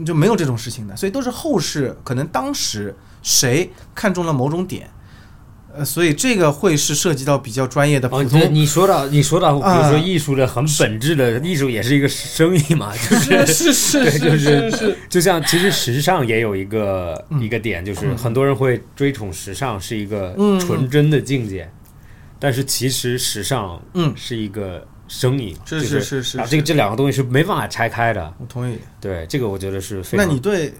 就没有这种事情的，所以都是后世可能当时谁看中了某种点，呃，所以这个会是涉及到比较专业的哦，普你通。你说到你说到，比如啊说艺术的很本质的艺术也是一个生意嘛，就是是是对，就是就像其实时尚也有一个嗯一个点，就是很多人会追崇时尚是一个嗯纯真的境界，但是其实时尚嗯是一个生意嘛，是就是是是啊，这个这两个东西是没办法拆开的，我同意。对，这个我觉得是非那常你对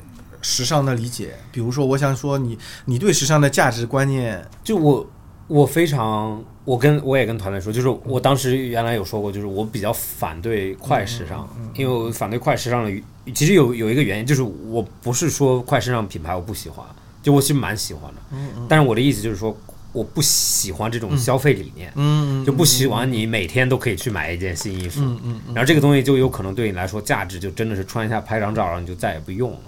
时尚的理解，比如说，我想说你你对时尚的价值观念，就我我非常，我跟我也跟团队说，就是我当时原来有说过，就是我比较反对快时尚，因为我反对快时尚的，其实有有一个原因，就是我不是说快时尚品牌我不喜欢，就我其实蛮喜欢的，嗯但是我的意思就是说，我不喜欢这种消费理念。嗯，就不喜欢你每天都可以去买一件新衣服，嗯嗯然后这个东西就有可能对你来说价值就真的是穿一下拍张照，然后你就再也不用了。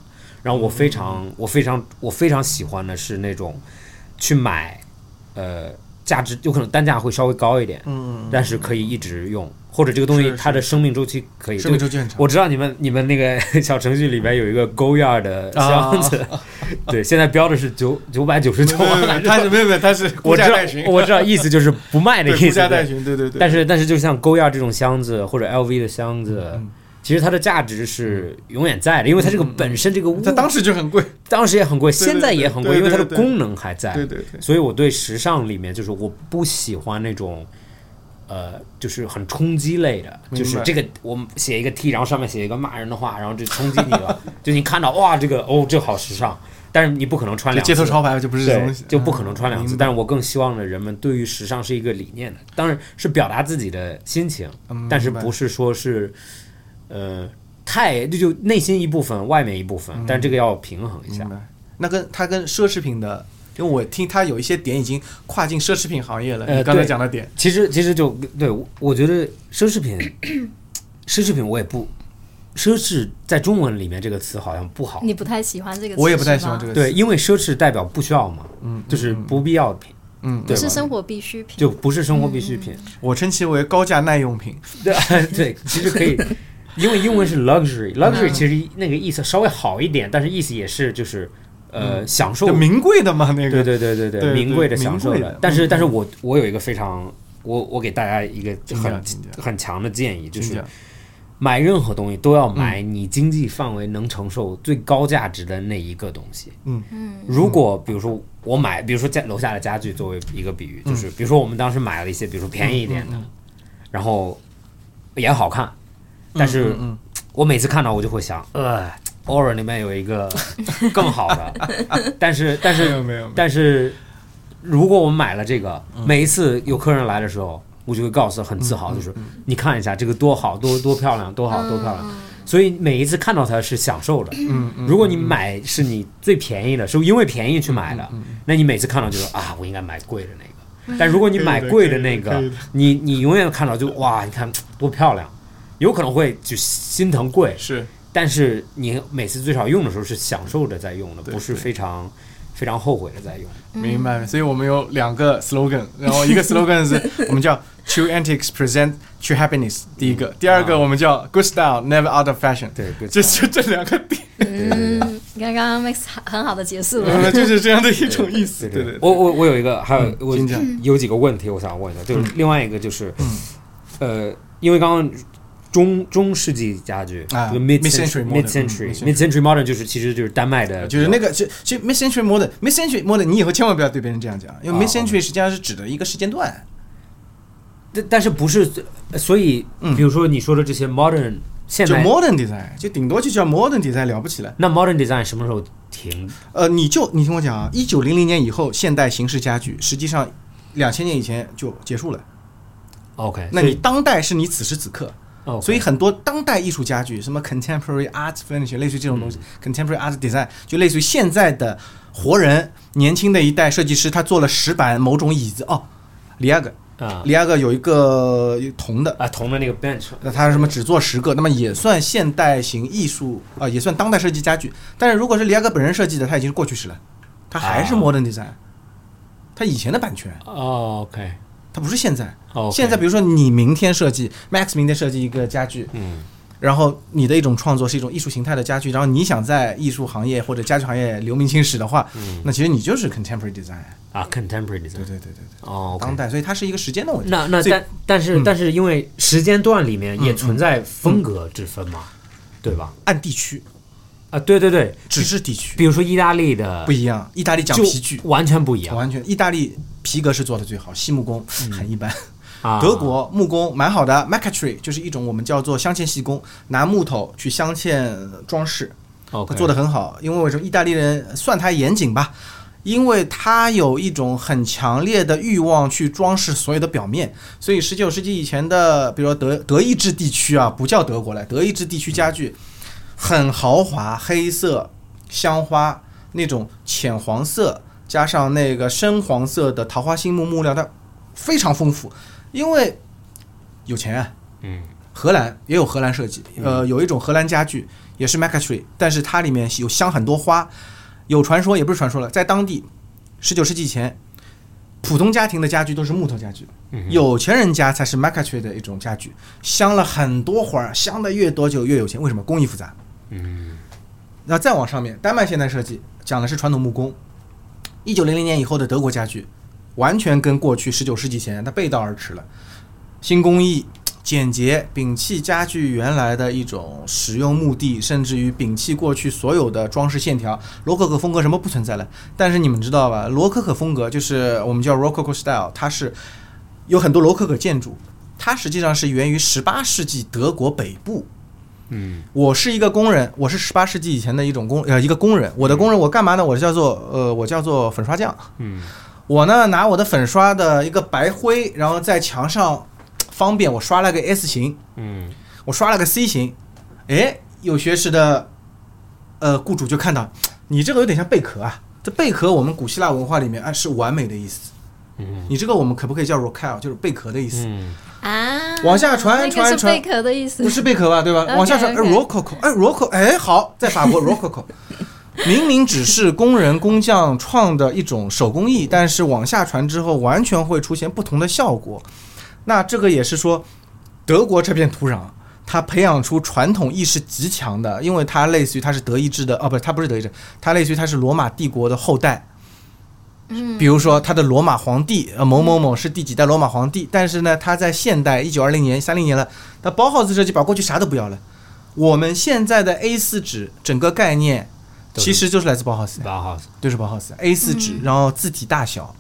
然后我非嗯常我非常我非常喜欢的是那种去买，呃，价值有可能单价会稍微高一点，嗯，但是可以一直用，或者这个东西是它的生命周期可以生命周期很长。我知道你们你们那个 小程序里边有一个 Go Yard 的 箱子，对，现在标的是九九百九十九啊没有没有万，他是没有没有，他是我估知价道带询，我知道意思就是不卖的对意思，估价对带询，对对对。但是但是，就像勾亚这种箱子或者 LV 的箱子，嗯其实它的价值是永远在的，因为它这个本身这个物，在嗯当时就很贵，当时也很贵，对对现在也很贵，对对因为它的对对功能还在。对对对，所以我对时尚里面就是我不喜欢那种呃，就是很冲击类的，明白就是这个我们写一个 T，然后上面写一个骂人的话，然后就冲击你了。 就你看到哇，这个哦，这好时尚，但是你不可能穿就两街次头，潮牌就不是这对东西，就不可能穿两嗯次。但是我更希望的人们对于时尚是一个理念的，当然是表达自己的心情，嗯但是明白不是说是呃太就就内心一部分，外面一部嗯分，但这个要平衡一下明。白。那跟它跟奢侈品的，因为我听它有一些点已经跨进奢侈品行业了。呃你刚才对讲的点，其实其实就对我我觉得奢侈品， 奢侈品我也不奢侈在中文里面这个词好像不好，你不太喜欢这个词，我也不太喜欢这个，个词。对，因为奢侈代表不需要嘛，嗯，就是嗯不必要品，嗯，不对是吧？生活必需品。就不是生活必需品，我称其为高价耐用品。对 对，其实可以，因为英文是 luxury，luxury 其实那个意思稍微好一点，但是意思也是就是呃享受嗯就名贵的嘛，那个对对对对对名对贵的名享受贵的的。但是，但是嗯我我有一个非常，我我给大家一个请很讲请讲很强的建议，就请是讲买任何东西都要买嗯你经济范围能承受最高价值的那一个东西。嗯嗯，如果比如说我买，比如说家楼下的家具作为一个比喻，嗯就是比如说我们当时买了一些，比如说便宜一点的，然后也好看，但是嗯嗯我每次看到我就会想，呃，Aura 里面有一个更好的， 但是但没是有没有，但是如果我们买了这个，嗯每一次有客人来的时候，我就会告诉他很自豪，就是、嗯你看一下这个多好多多漂亮，多好多漂亮。所以每一次看到它是享受的。啊嗯嗯，如果你买是你最便宜的，是因为便宜去买的，嗯那你每次看到就是啊，我应该买贵的 那个。但如果你买贵的可以那个的可以的可以的，你你永远看到就哇，你看多漂亮，有可能会就心疼贵，是但是你每次最少用的时候是享受着在用的，对不是对非常非常后悔的在用。明白，所以我们有两个 slogan，然后一 个 slogan 是我们叫 True Antiques Present True Happiness，第一嗯个，第二啊个我们叫 Good Style Never Out of Fashion，对，对这这这两个点，嗯，刚刚 Max 很好的结束了。嗯就是这样的一种意思，对对对，我我我有一个，还有我请讲嗯有几个问题，我想问一下，就是另外一个就是，呃，因为刚刚中中世纪家具，啊这个 mid mid-century modern， mid 嗯 century ，mid-century 啊 mid century modern 就是其实就是丹麦的，就是那个，就就 mid century modern mid century modern，你以后千万不要对别人这样讲，因为啊 mid century 实际上是指的一个时间段，但但是不是，所以嗯比如说你说的这些 modern 现就代， modern design，就顶多就叫 modern design 了不起了。那 modern design 什么时候停？呃，你就你听我讲啊，一九零零年以后，现代形式家具实际上两千年以前就结束了。 OK，那你当代是你此时此刻，哦，所以很多当代艺术家具，什么 contemporary art furniture，类似于这种东西、c 嗯 o n t e m p o r a r y art design，就类似于现在的活人年轻的一代设计师，他做了石板某种椅子哦，里亚格，啊里亚格有一个铜的。啊，铜的那个 bench，那他什么只做十个，那么也算现代型艺术啊、也算当代设计家具。但是如果是里亚格本人设计的，他已经是过去式了，他还是啊 modern design，他以前的版权，哦，OK，他不是现在。哦，现在比如说你明天设计，Max 明天设计一个家具，嗯，然后你的一种创作是一种艺术形态的家具，然后你想在艺术行业或者家具行业留名青史的话，嗯那其实你就是 contemporary design，啊，contemporary 对 design，对对对对，哦，OK，当代，所以它是一个时间的问题。那那最但但是、嗯但是因为时间段里面也存在风格之分嘛，对吧？按地区，啊，对对对，只是地区比如说意大利的不一样，意大利讲就皮具，完全不一样完全意大利皮革是做的最好，细木工很一般。啊，德国木工蛮好的 m a c a t r y 就是一种我们叫做镶嵌细工，拿木头去镶嵌装饰， OK 他做的很好，因为为什么意大利人算他严谨吧？因为他有一种很强烈的欲望去装饰所有的表面，所以十九世纪以前的，比如说德德意志地区啊，不叫德国了，德意志地区家具很豪华，黑色、香花那种浅黄色，加上那个深黄色的桃花心木木料，它非常丰富，因为有钱啊。嗯，荷兰也有荷兰设计，呃，有一种荷兰家具也是 m a c a t r y 但是它里面有镶很多花。有传说也不是传说了，在当地十九世纪以前，普通家庭的家具都是木头家具，有钱人家才是 m a c a t r y 的一种家具，镶了很多花儿，镶的越多就越有钱。为什么？工艺复杂。那再往上面，丹麦现代设计讲的是传统木工。一九零零年以后的德国家具，完全跟过去十九世纪前它背道而驰了。新工艺简洁，摒弃家具原来的一种使用目的，甚至于摒弃过去所有的装饰线条。罗可可风格什么不存在了，但是你们知道吧？罗可可风格就是我们叫 Rococo style，它是有很多罗可可建筑，它实际上是源于十八世纪德国北部。嗯，我是一个工人，我是十八世纪以前的一种工呃一个工人。我的工人我干嘛呢？我叫做呃我叫做粉刷匠。嗯，我呢拿我的粉刷的一个白灰，然后在墙上方便我刷了个 S 型，嗯我刷了个 C 型。哎，有学识的呃雇主就看到你这个有点像贝壳啊。这贝壳我们古希腊文化里面啊是完美的意思。嗯你这个我们可不可以叫 rocal，就是贝壳的意思？嗯，啊，往下传那个传是传贝壳的意思不是贝壳吧？对吧？ OK，往下传，哎 OK ，rococo，哎，roco，哎，好，在 法国 rococo，明明只是工人工匠创的一种手工艺，但是往下传之后，完全会出现不同的效果。那这个也是说，德国这片土壤。它培养出传统意识极强的，因为它类似于它是德意志的，哦，不是，它不是德意志，它类似于它是罗马帝国的后代，嗯比如说他的罗马皇帝呃某某某是第几代罗马皇帝，但是呢，他在现代一九二零年、三零年了，那包浩斯设计把过去啥都不要了，我们现在的 A 四纸整个概念都是其实就是来自包浩斯，八号就是包浩斯 A 四纸，嗯然后字体大小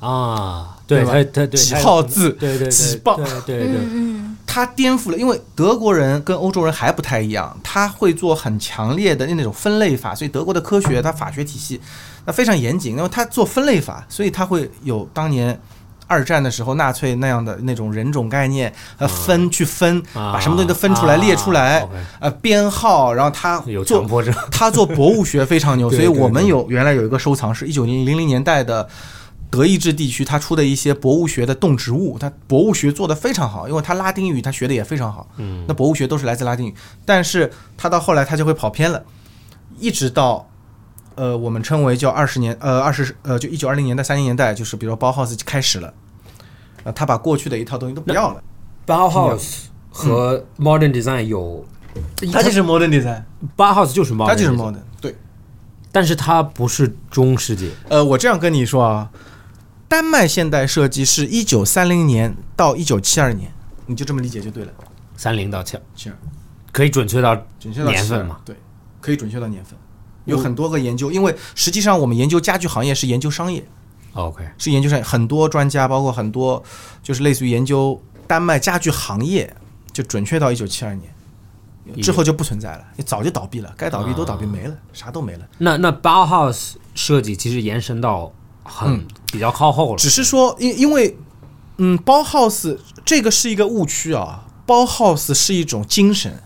啊，对对吧他他对几他号字，对对对几磅对对对，嗯它颠覆了，因为德国人跟欧洲人还不太一样，他会做很强烈的那种分类法，所以德国的科学它法学体系那非常严谨，因为它做分类法，所以它会有当年二战的时候纳粹那样的那种人种概念，呃，分去分，把把什么东西都分出来列出来呃，编号，然后 他啊有强做迫症，他做博物学非 常牛，所对以我们对对有原来有一个收藏是一九零零零年代的。德意志地区，他出的一些博物学的动植物，他博物学做得非常好，因为他拉丁语他学的也非常好。嗯那博物学都是来自拉丁语，但是他到后来他就会跑偏了，一直到呃我们称为叫二十年呃二十呃就一九二零年代三零年代，就是比如说包浩斯就开始了，呃他把过去的一套东西都不要了， Bauhaus 和 Modern Design 有他就是 modern design， Bauhaus 就是 Modern，他就是 Design modern，对。但是它不是中世纪，呃，我这样跟你说啊，丹麦现代设计是一九三零年到一九七二年，你就这么理解就对了。三零到七，七二，可以准确到准确到年份72嘛？对，可以准确到年份。有很多个研究，因为实际上我们研究家具行业是研究商业， OK，是研究商业。很多专家，包括很多就是类似于研究丹麦家具行业，就准确到一九七二年之后就不存在了，你早就倒闭了，该倒闭都倒闭没了，啥都没了。那那 Bauhaus 设计其实延伸到嗯很比较靠后了，只是说，因因为，嗯，包 house 这个是一个误区啊，包 house 是一种精神，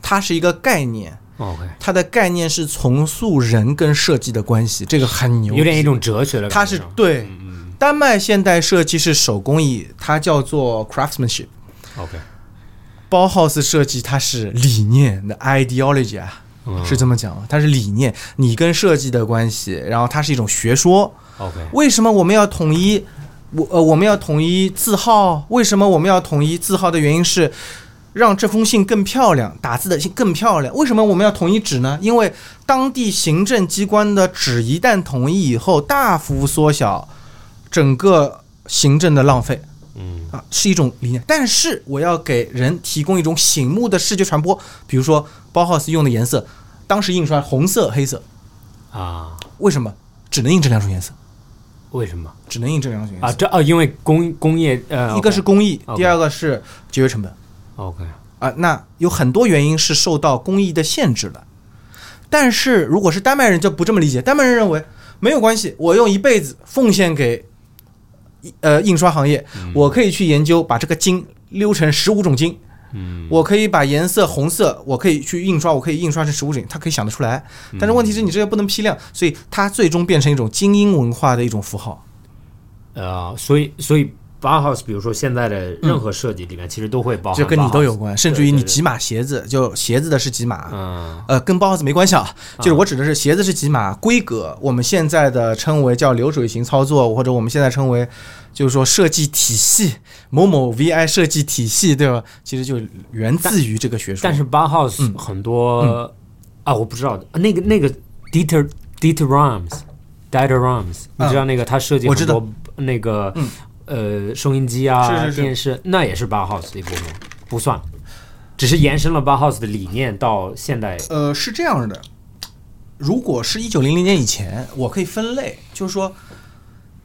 它是一个概念， OK，它的概念是重塑人跟设计的关系，这个很牛。有点一种哲学的感觉，它是对嗯丹麦现代设计是手工艺，它叫做 craftsmanship。嗯 OK，包 house 设计它是理念的 ideology 啊，嗯是这么讲啊，它是理念，你跟设计的关系，然后它是一种学说， OK，为什么我们要统一？我呃，我们要统一字号？为什么我们要统一字号的原因是让这封信更漂亮，打字的信更漂亮。为什么我们要统一纸呢？因为当地行政机关的纸一旦统一以后，大幅缩小整个行政的浪费嗯啊，是一种理念。但是我要给人提供一种醒目的视觉传播，比如说包浩斯用的颜色，当时印刷红色、黑色，啊，为什么只能印这两种颜色？为什么只能印这两种颜色啊？这哦，因为工工业呃，一个是工艺， OK 第二个是节约成本 OK，啊。那有很多原因是受到工艺的限制的，但是如果是丹麦人就不这么理解，丹麦人认为没有关系，我用一辈子奉献给呃印刷行业，我可以去研究把这个金溜成十五种金，嗯我可以把颜色红色，我可以去印刷，我可以印刷成十五种，他可以想得出来。嗯但是问题是你这个不能批量，所以它最终变成一种精英文化的一种符号。呃，所以所以 Bauhaus，比如说现在的任何设计里面，其实都会包含就跟你 Bauhaus 都有关，甚至于对对你对几码鞋子，就鞋子的是几码，嗯呃，跟包子没关系啊，就是我指的是鞋子是几码规格，我们现在的称为叫流水型操作，或者我们现在称为就是说设计体系，某某 VI 设计体系，对吧？其实就源自于这个学术。但是 Bauhaus 嗯很多、啊，我不知道的那个那个 Dieter Dieter Rams Dieter Rams，、你知道那个他设计啊我很知道嗯多那个、呃收音机啊是是是电视，那也是 Bauhaus 的一部分，不算，只是延伸了 Bauhaus 的理念到现代。呃，是这样的，如果是一九零零年以前，我可以分类，就是说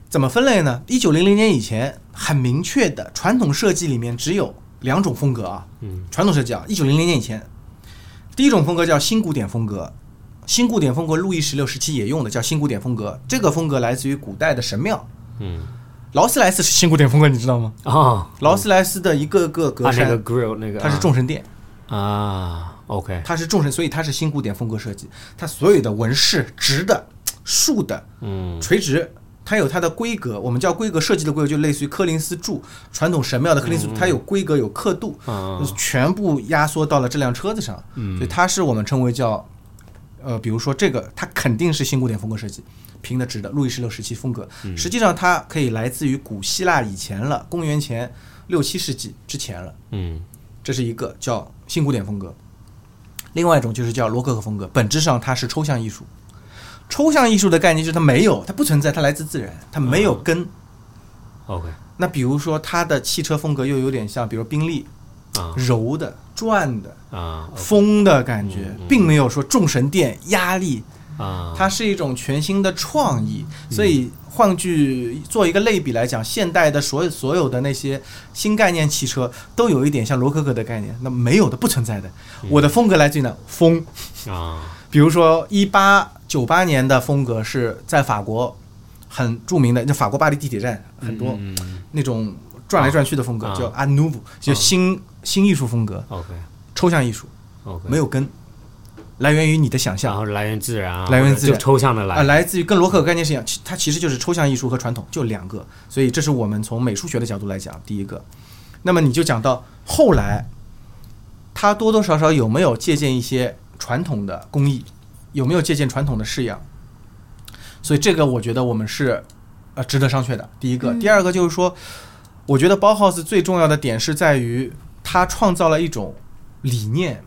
怎么分类呢？一九零零年以前，很明确的传统设计里面只有两种风格啊，嗯，传统设计啊，一九零零年以前，第一种风格叫新古典风格，新古典风格路易十六时期也用的叫新古典风格，这个风格来自于古代的神庙，嗯，劳斯莱斯是新古典风格，你知道吗？啊，劳斯莱斯的一个个格啊那栅，个 grill 那个它是众神殿，啊，OK，它是众神，所以它是新古典风格设计，它所有的纹饰直的、竖的、嗯垂直，它有它的规格，我们叫规格设计的规格，就类似于柯林斯柱，传统神庙的柯林斯柱，它有规格有刻度，嗯啊嗯就是全部压缩到了这辆车子上，所以它是我们称为叫，呃，比如说这个，它肯定是新古典风格设计，平的直的，路易十六时期风格，嗯实际上它可以来自于古希腊以前了，公元前六七世纪之前了。嗯这是一个叫新古典风格，另外一种就是叫罗可可风格，本质上它是抽象艺术。抽象艺术的概念就是它没有，它不存在，它来自自然，它没有根。 ，OK，那比如说它的汽车风格又有点像，比如宾利，啊柔的、转的、啊风的感觉，并没有说众神殿压力，啊，它是一种全新的创意。所以换句做一个类比来讲，现代的所有所有的那些新概念汽车，都有一点像罗可可的概念，那没有的不存在的。嗯我的风格来自于哪？风，啊比如说一八九八年的风格是在法国很著名的，就法国巴黎地铁站很多嗯嗯那种转来转去的风格，啊叫 Art Nouveau，就新、新艺术风格， ，OK 抽象艺术， OK，没有根，来源于你的想然象。后来源自然啊，来源自然就抽象的啊，来，来自于跟罗可可概念是一样，其它其实就是抽象艺术和传统，就两个。所以这是我们从美术学的角度来讲，第一个。那么你就讲到后来，它多多少少有没有借鉴一些传统的工艺，有没有借鉴传统的式样？所以这个我觉得我们是呃值得商榷的。第一个，嗯第二个就是说，我觉得包浩斯最重要的点是在于他创造了一种理念。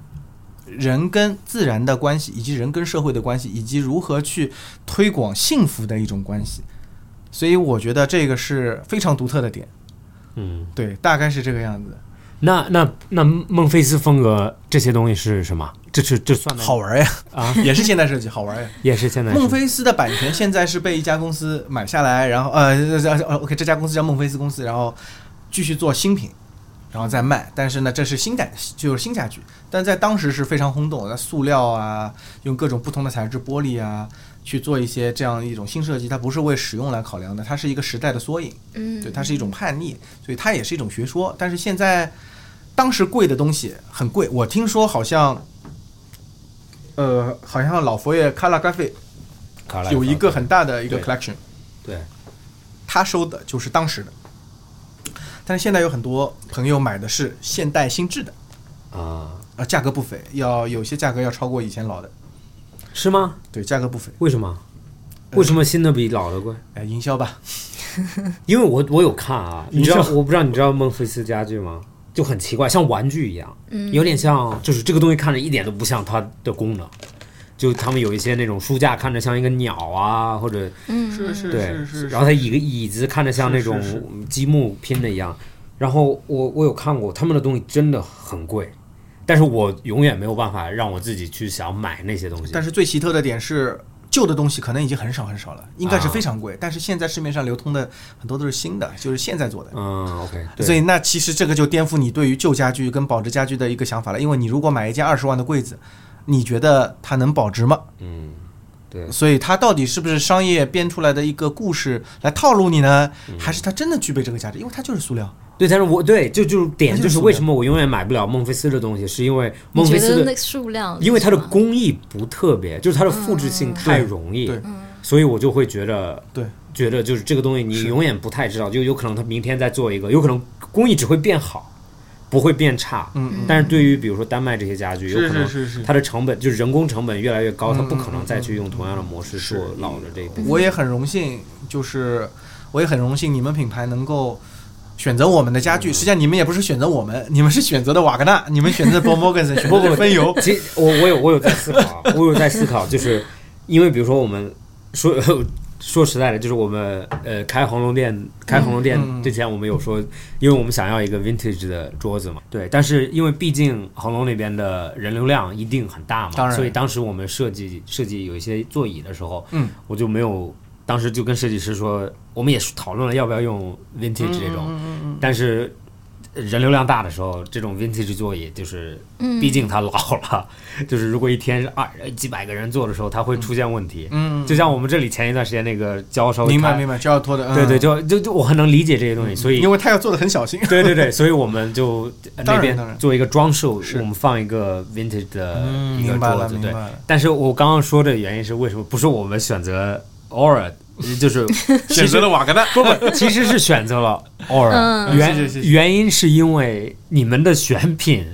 人跟自然的关系，以及人跟社会的关系，以及如何去推广幸福的一种关系，所以我觉得这个是非常独特的点。嗯，对，大概是这个样子。那那那孟菲斯风格这些东西是什么？这是这算的好玩呀，啊， 也是现代设计，好 玩呀。也是现在是孟菲斯的版权现在是被一家公司买下来，然后呃呃呃，OK，这家公司叫孟菲斯公司，然后继续做新品，然后再卖。但是呢，这是新代就是新家具，但在当时是非常轰动的，塑料啊，用各种不同的材质，玻璃啊，去做一些这样一种新设计，它不是为使用来考量的，它是一个时代的缩影。嗯，对，它是一种叛逆，所以它也是一种学说。但是现在，当时贵的东西很贵，我听说好像，呃，好像老佛爷卡拉咖啡卡拉有一个很大的一个对 collection，啊对他收的就是当时的。但是现在有很多朋友买的是现代新制的，啊，呃，价格不菲，要有些价格要超过以前老的，是吗？对，价格不菲，为什么？为什么新的比老的贵？哎，营销吧，因为我我有看啊，你你知道知我不知道你知道孟菲斯家具吗？就很奇怪，像玩具一样，有点像，就是这个东西看着一点都不像它的功能。就他们有一些那种书架看着像一个鸟啊，或者是是对，然后它椅个椅子看着像那种是是积木拼的一样。然后我我有看过他们的东西真的很贵，但是我永远没有办法让我自己去想买那些东西但。是最奇特的点是，旧的东西可能已经很少很少了，应该是啊非常贵。但是现在市面上流通的很多都是新的，就是现在做的。嗯，OK，对所以那其实这个就颠覆你对于旧家具跟保值家具的一个想法了，因为你如果买一件二十万的柜子，你觉得它能保值吗？嗯，对，所以它到底是不是商业编出来的一个故事来套路你呢，嗯还是它真的具备这个价值？因为它就是塑料，对，但是我对就就是点它就就是是塑料为什么我永远买不了孟菲斯的东西，是因为孟你菲觉斯得的，那数量，因为它的嗯工艺不特别，就是它的复制性太容易对，所以我就会觉得，对，觉得就是这个东西你是永远不太知道，就有可能它明天再做一个，有可能工艺只会变好，不会变差。嗯，但是对于比如说丹麦这些家具，有可能是是它的成本就是人工成本越来越高，它嗯不可能再去用同样的模式做老的这一部分。我也很荣幸，就是我也很荣幸你们品牌能够选择我们的家嗯具。实际上你们也不是选择我们，你们是选择的瓦格纳，你们选择 Bob Morgan，选择的分油。其实我我有我有在思考，啊，我有在思考，就是因为比如说我们说 说实在的，就是我们呃开红龙店开红龙店嗯嗯之前，我们有说，因为我们想要一个 vintage 的桌子嘛，对，但是因为毕竟红龙那边的人流量一定很大当嘛，然所以当时我们设计设计有一些座椅的时候，嗯，我就没有当时就跟设计师说，我们也是讨论了要不要用 vintage 这嗯种，但是人流量大的时候，这种 vintage 座椅就是，毕竟它老了， 就是如果一天是二几百个人坐的时候，它会出现问题。嗯，就像我们这里前一段时间那个胶稍微明白开明白，这要拖的，嗯对对，，就就就我很能理解这些东西，所以因为他要做的很小心， 对对对，所以我们就 呃当那然边当然做一个装饰，我是嗯们放一个 vintage 的一个明白桌了子，明对。白了，但是我刚刚说的原因是为什么？不是我们选择 Aura，就是 选择了瓦格纳，不不，其实是选择了 Aura，、嗯原是是是原因是因为你们的选品。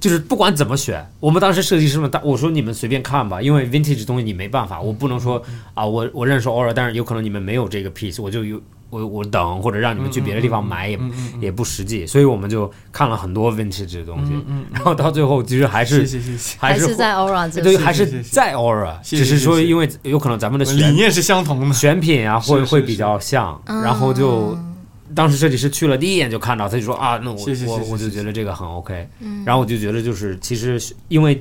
就是不管怎么选， 我们当时设计师们，当我说你们随便看吧，因为 vintage 东西你没办法，我不能说嗯啊，我我认识 Aura，但是有可能你们没有这个 piece，我就有我我等或者让你们去别的地方买也嗯嗯也不实际，所以我们就看了很多 vintage 的东西，嗯然后到最后其实还谢是谢谢谢，还是是在 Aura 这对，里是还是是是在 Aura，是只是是说是因为有可能咱们的理选念是相同的，选品啊，会是是会是比较像，嗯然后就当时设计师去了，第一眼就看到，他就说啊，那我是是我是是我就是觉得这个很 OK，然后我就觉得就是其实因为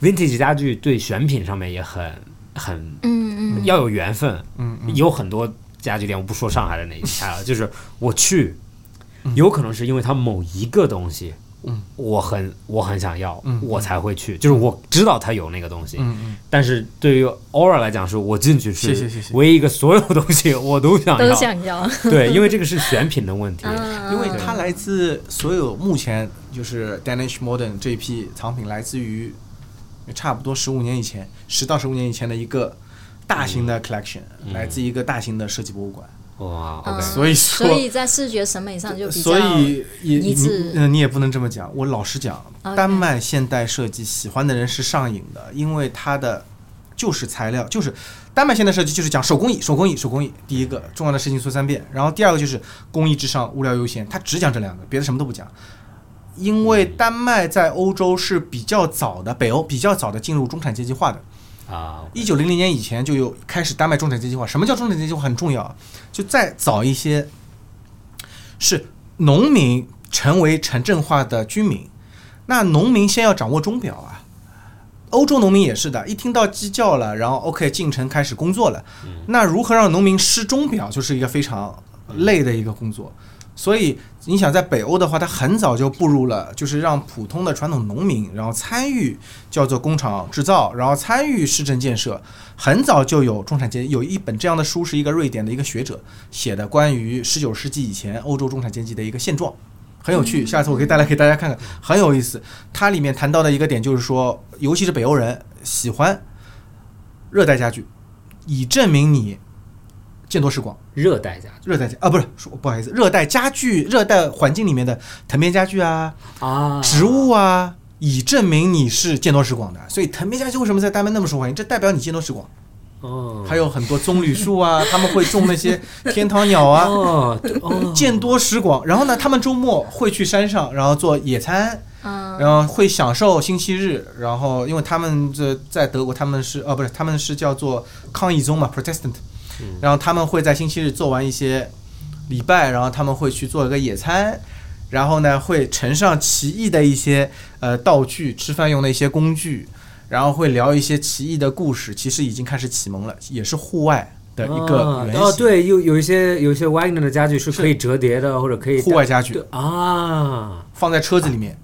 vintage 家具对选品上面也很很嗯嗯要有缘分，嗯嗯有很多家具店，我不说上海的哪 一家了，就是我去，有可能是因为它某一个东西，嗯我很我很想要，嗯我才会去，就是我知道它有那个东西，嗯嗯，但是对于 Aura 来讲，是我进去谢谢是谢谢唯一一个所有东西我都想要，都想要， 对，因为这个是选品的问题， 嗯因为它来自所有目前就是 Danish Modern 这一批藏品来自于差不多十五年以前，十到十五年以前的一个大型的 collection，、来自一个大型的设计博物馆，哇嗯，OK，所以说所以在视觉审美上就比较所以也一致你嗯，你也不能这么讲。我老实讲， OK 丹麦现代设计喜欢的人是上瘾的，因为它的就是材料，就是丹麦现代设计就是讲手工艺，手工艺，手工艺。第一个重要的事情说三遍，然后第二个就是工艺至上，物料优先，它只讲这两个，别的什么都不讲。因为丹麦在欧洲是比较早的，北欧比较早的进入中产阶级化的，啊，一九零零年以前就有开始丹麦中产阶级化。什么叫中产阶级化？很重要啊，就再早一些，是农民成为城镇化的居民。那农民先要掌握钟表啊，欧洲农民也是的，一听到鸡叫了，然后 OK 进城开始工作了。那如何让农民识钟表，就是一个非常累的一个工作。所以你想在北欧的话，它很早就步入了，就是让普通的传统农民，然后参与叫做工厂制造，然后参与市政建设，很早就有中产阶级。有一本这样的书，是一个瑞典的一个学者写的，关于十九世纪以前欧洲中产阶级的一个现状，很有趣。下次我可以带来给大家看看，很有意思。它里面谈到的一个点就是说，尤其是北欧人喜欢热带家具，以证明你见多识广。热带家热带家啊，不是，说不好意思，热带家具、热带环境里面的藤编家具啊、具啊植物啊，以证明你是见多识广的。所以藤编家具为什么在丹麦那么受欢迎？这代表你见多识广。哦，还有很多棕榈树啊，他们会种那些天堂鸟啊，哦对哦，见多识广。然后呢，他们周末会去山上，然后做野餐，嗯然后会享受星期日。然后，因为他们这在德国，他们是哦，不是，他们是叫做抗议宗嘛，Protestant。然后嗯他们会在星期日做完一些礼拜，然后他们会去做一个野餐，然后呢会呈上奇异的一些呃道具，吃饭用的一些工具，然后会聊一些奇异的故事。其实已经开始启蒙了，也是户外的一个啊原型。哦，对，有有一些有一些 Wagner 的家具是可以折叠的，或者可以户外家具对啊放在车子里面，嗯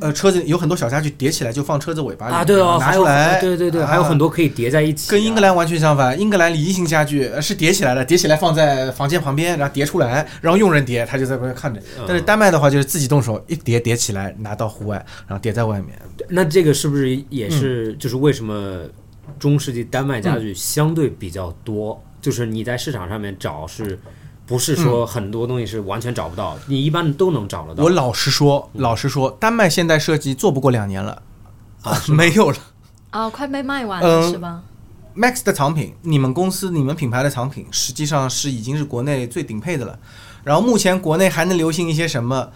呃，车子有很多小家具叠起来就放车子尾巴里啊，对哦，拿还出有来，对对对，啊还有很多可以叠在一起啊，跟英格兰完全相反，英格兰礼仪型家具呃是叠起来的，叠起来放在房间旁边，然后叠出来，然后佣人叠，他就在旁边看着。嗯但是丹麦的话就是自己动手一叠叠起来，拿到户外，然后叠在外面。那这个是不是也嗯是就是为什么中世纪丹麦家具相对比较多？就是你在市场上面找是。不是说很多东西是完全找不到，你一般都能找得嗯到。我老实说，老实说，丹麦现代设计做不过两年了，啊， 没有了。哦，快被卖完了嗯是吧？ Max 的藏品，你们公司、你们品牌的藏品，实际上是已经是国内最顶配的了。然后目前国内还能流行一些什么？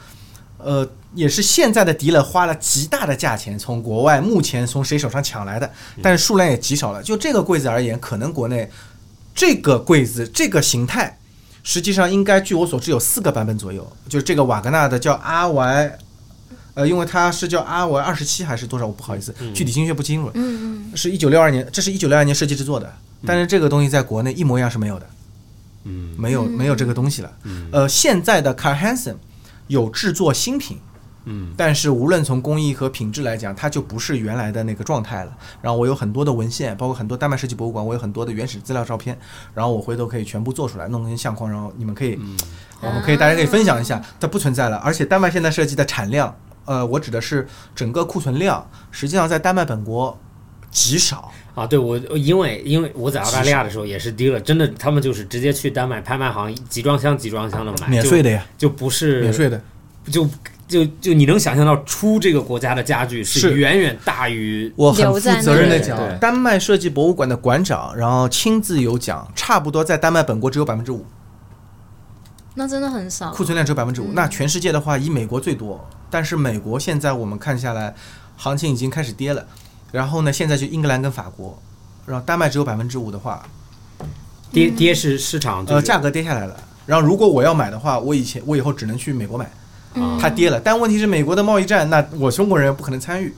呃，也是现在的迪乐花了极大的价钱从国外目前从谁手上抢来的，但是数量也极少了。就这个柜子而言，可能国内这个柜子这个形态，实际上应该据我所知有四个版本左右，就是这个瓦格纳的叫 R Y 呃，因为它是叫阿维二十七还是多少，我不好意思，具体精确不清楚。嗯嗯，是一九六二年，这是一九六二年设计制作的，但是这个东西在国内一模一样是没有的，嗯没有没有这个东西了。呃，现在的 Car Hansen 有制作新品，嗯但是无论从工艺和品质来讲，它就不是原来的那个状态了。然后我有很多的文献，包括很多丹麦设计博物馆，我有很多的原始资料照片，然后我回头可以全部做出来，弄成相框，然后你们可以，嗯呃我们可以大家可以分享一下，它不存在了。而且丹麦现在设计的产量，呃，我指的是整个库存量，实际上在丹麦本国极少。啊，对我因为因为我在澳大利亚的时候也是 dealer，真的他们就是直接去丹麦拍卖行集装箱集装箱的买，免就税的呀，就不是免税的，就就就你能想象到出这个国家的家具是是远远大于我很负责任的留在那里讲，丹麦设计博物馆的馆长，然后亲自有讲，差不多在丹麦本国只有百分之五，那真的很哦少。库存量只有百分之五。嗯那全世界的话，以美国最多，但是美国现在我们看下来，行情已经开始跌了。然后呢，现在就英格兰跟法国，然后丹麦只有百分之五的话，跌嗯跌是市场就呃，是价格跌下来了。然后如果我要买的话，我以前我以后只能去美国买，啊它跌了。但问题是美国的贸易战，那我中国人不可能参与。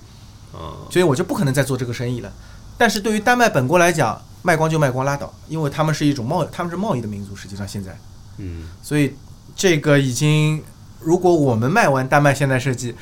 啊所以我就不可能再做这个生意了。但是对于丹麦本国来讲，卖光就卖光拉倒，因为他们是一种贸，他们是贸易的民族，实际上现在，嗯所以这个已经，如果我们卖完丹麦现代设计，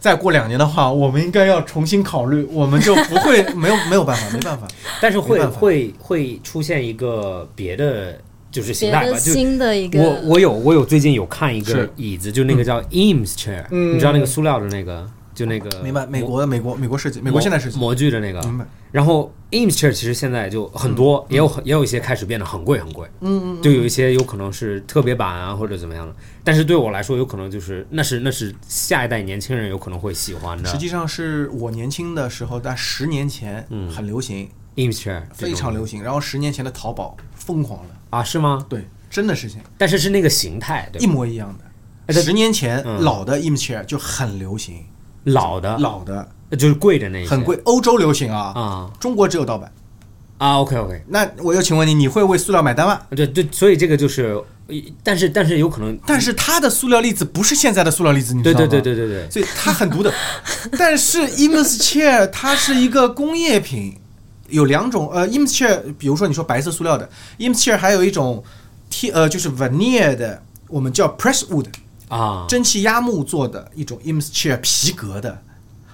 再过两年的话，我们应该要重新考虑，我们就不会没有没有办法，没办法，但是没会办法会会出现一个别的就是形别态吧，的就新的一个，我我有我有最近有看一个是椅子，就那个叫 Eames chair，、嗯你知道那个塑料的那个，就那个明白？美模国美国美国设计，美国现嗯代设计，模具的那个。明白？然后 Eames chair 其实现在就很嗯多，也有很也有一些开始变得很贵很贵，嗯嗯，就有一些有可能是特别版啊或者怎么样的，但是对我来说有可能就是那是那是下一代年轻人有可能会喜欢的实际上是我年轻的时候，在十年前嗯很流行， Eames chair 这非种常流行，然后十年前的淘宝疯狂了，啊是吗？对，真的事情。但是是那个形态对一吧模一样哎的。但十年前嗯老的 Imchair 就很流行，老的老的就是贵的那一些很贵，欧洲流行啊，啊中国只有盗版。啊 OK OK，那我又请问你，你会为塑料买单吗？对对，所以这个就是，但是但是有可能，但是它的塑料粒子不是现在的塑料粒子，你知对道对吗？对对对对，所以它很独等。 但是 Imchair 它是一个工业品，有两种呃 Imchair，比如说你说白色塑料的 Imchair，还有一种贴呃就是 veneer 的，我们叫 press wood，啊，蒸汽压木做的一种 Imchair 皮革的，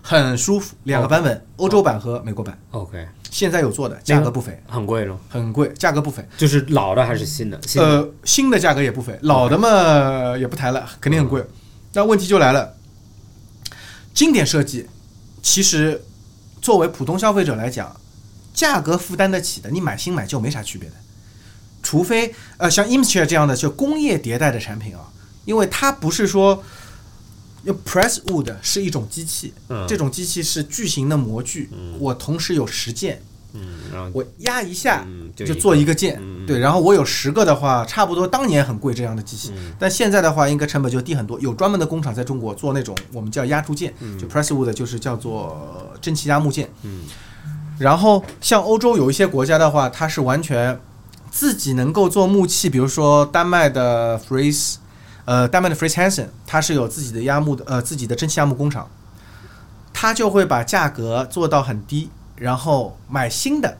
很舒服。两个版本，欧洲版和美国版， OK，现在有做的，那个价格不菲，很贵了，很贵，价格不菲。就是老的还是新的？新的呃，新的价格也不菲，老的嘛也不谈了，肯定很嗯贵。那问题就来了，经典设计其实作为普通消费者来讲，价格负担得起的，你买新买旧没啥区别的，除非呃像 Imchair 这样的就工业迭代的产品啊，因为它不是说。要 press wood 是一种机器，嗯这种机器是巨型的模具，我同时有十件，嗯，然后我压一下，嗯，就一个做一个键，嗯嗯对。然后我有十个的话，差不多当年很贵这样的机器，嗯但现在的话应该成本就低很多。有专门的工厂在中国做那种我们叫压铸件，就 press wood 就是叫做呃蒸汽压木件。嗯。然后像欧洲有一些国家的话，它是完全自己能够做木器，比如说丹麦的 f r e e s 呃，丹麦的 f r e e s Hansen，它是有自己的压木的，呃，自己的蒸汽压木工厂，它就会把价格做到很低，然后买新的，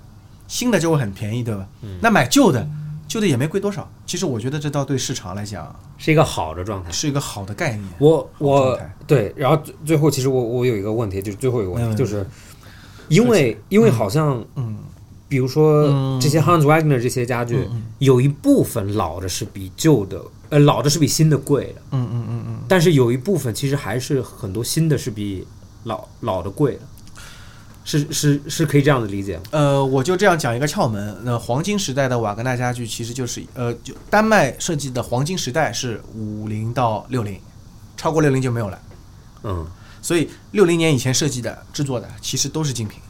新的就会很便宜，对吧？嗯那买旧的，旧的也没贵多少。其实我觉得这倒对市场来讲是一个好的状态。是一个好的概念。哎我好我状态对，然后最最后其实我我有一个问题，就是最后一个问没题，有就是因为因为好像嗯，比如说嗯这些 Hans Wagner 这些家具，有一部分老的是比旧的，呃，老的是比新的贵的，嗯嗯嗯嗯，但是有一部分其实还是很多新的是比老老的贵的，是是是可以这样子理解吗？呃，我就这样讲一个窍门。那黄金时代的瓦格纳家具其实就是呃，就丹麦设计的黄金时代是五零到六零，超过六零就没有了。嗯所以六零年以前设计的、制作的其实都是精品。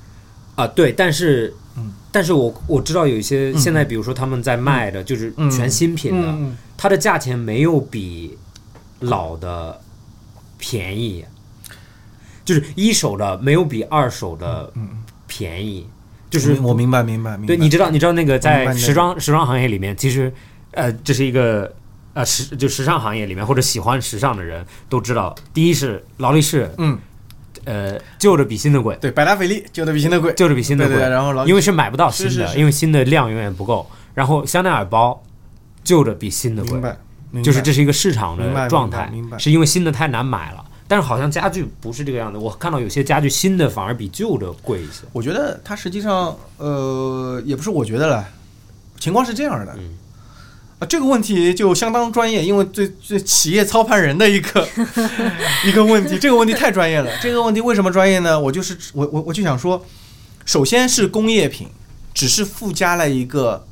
啊，对，但是嗯，但是我我知道有一些现在，比如说他们在卖的，就是嗯全新品的，嗯，它的价钱没有比老的便宜，就是一手的没有比二手的便宜，就就是我明白明白明白。对，你知道，你知道那个明白在你的时装时装行业里面，其实，呃，这是一个呃时就时尚行业里面或者喜欢时尚的人都知道，第一是劳力士，嗯，呃，旧的比新的贵，对，百达翡丽旧的比新的贵，旧的比新的对贵，对，然后劳力因为是买不到新的，是是是因为新的量永远不够。然后香奈儿包，旧的比新的贵明，白，明白就是这是一个市场明白明的白状态明，白是因为新的太难买了。但是好像家具不是这个样子，我看到有些家具新的反而比旧的贵一些。我觉得它实际上，呃，也不是我觉得了，情况是这样的。嗯啊，这个问题就相当专业，因为最最企业操盘人的一个一个问题，这个问题太专业了。这个问题为什么专业呢？我就是我我我就想说，首先是工业品，只是附加了一个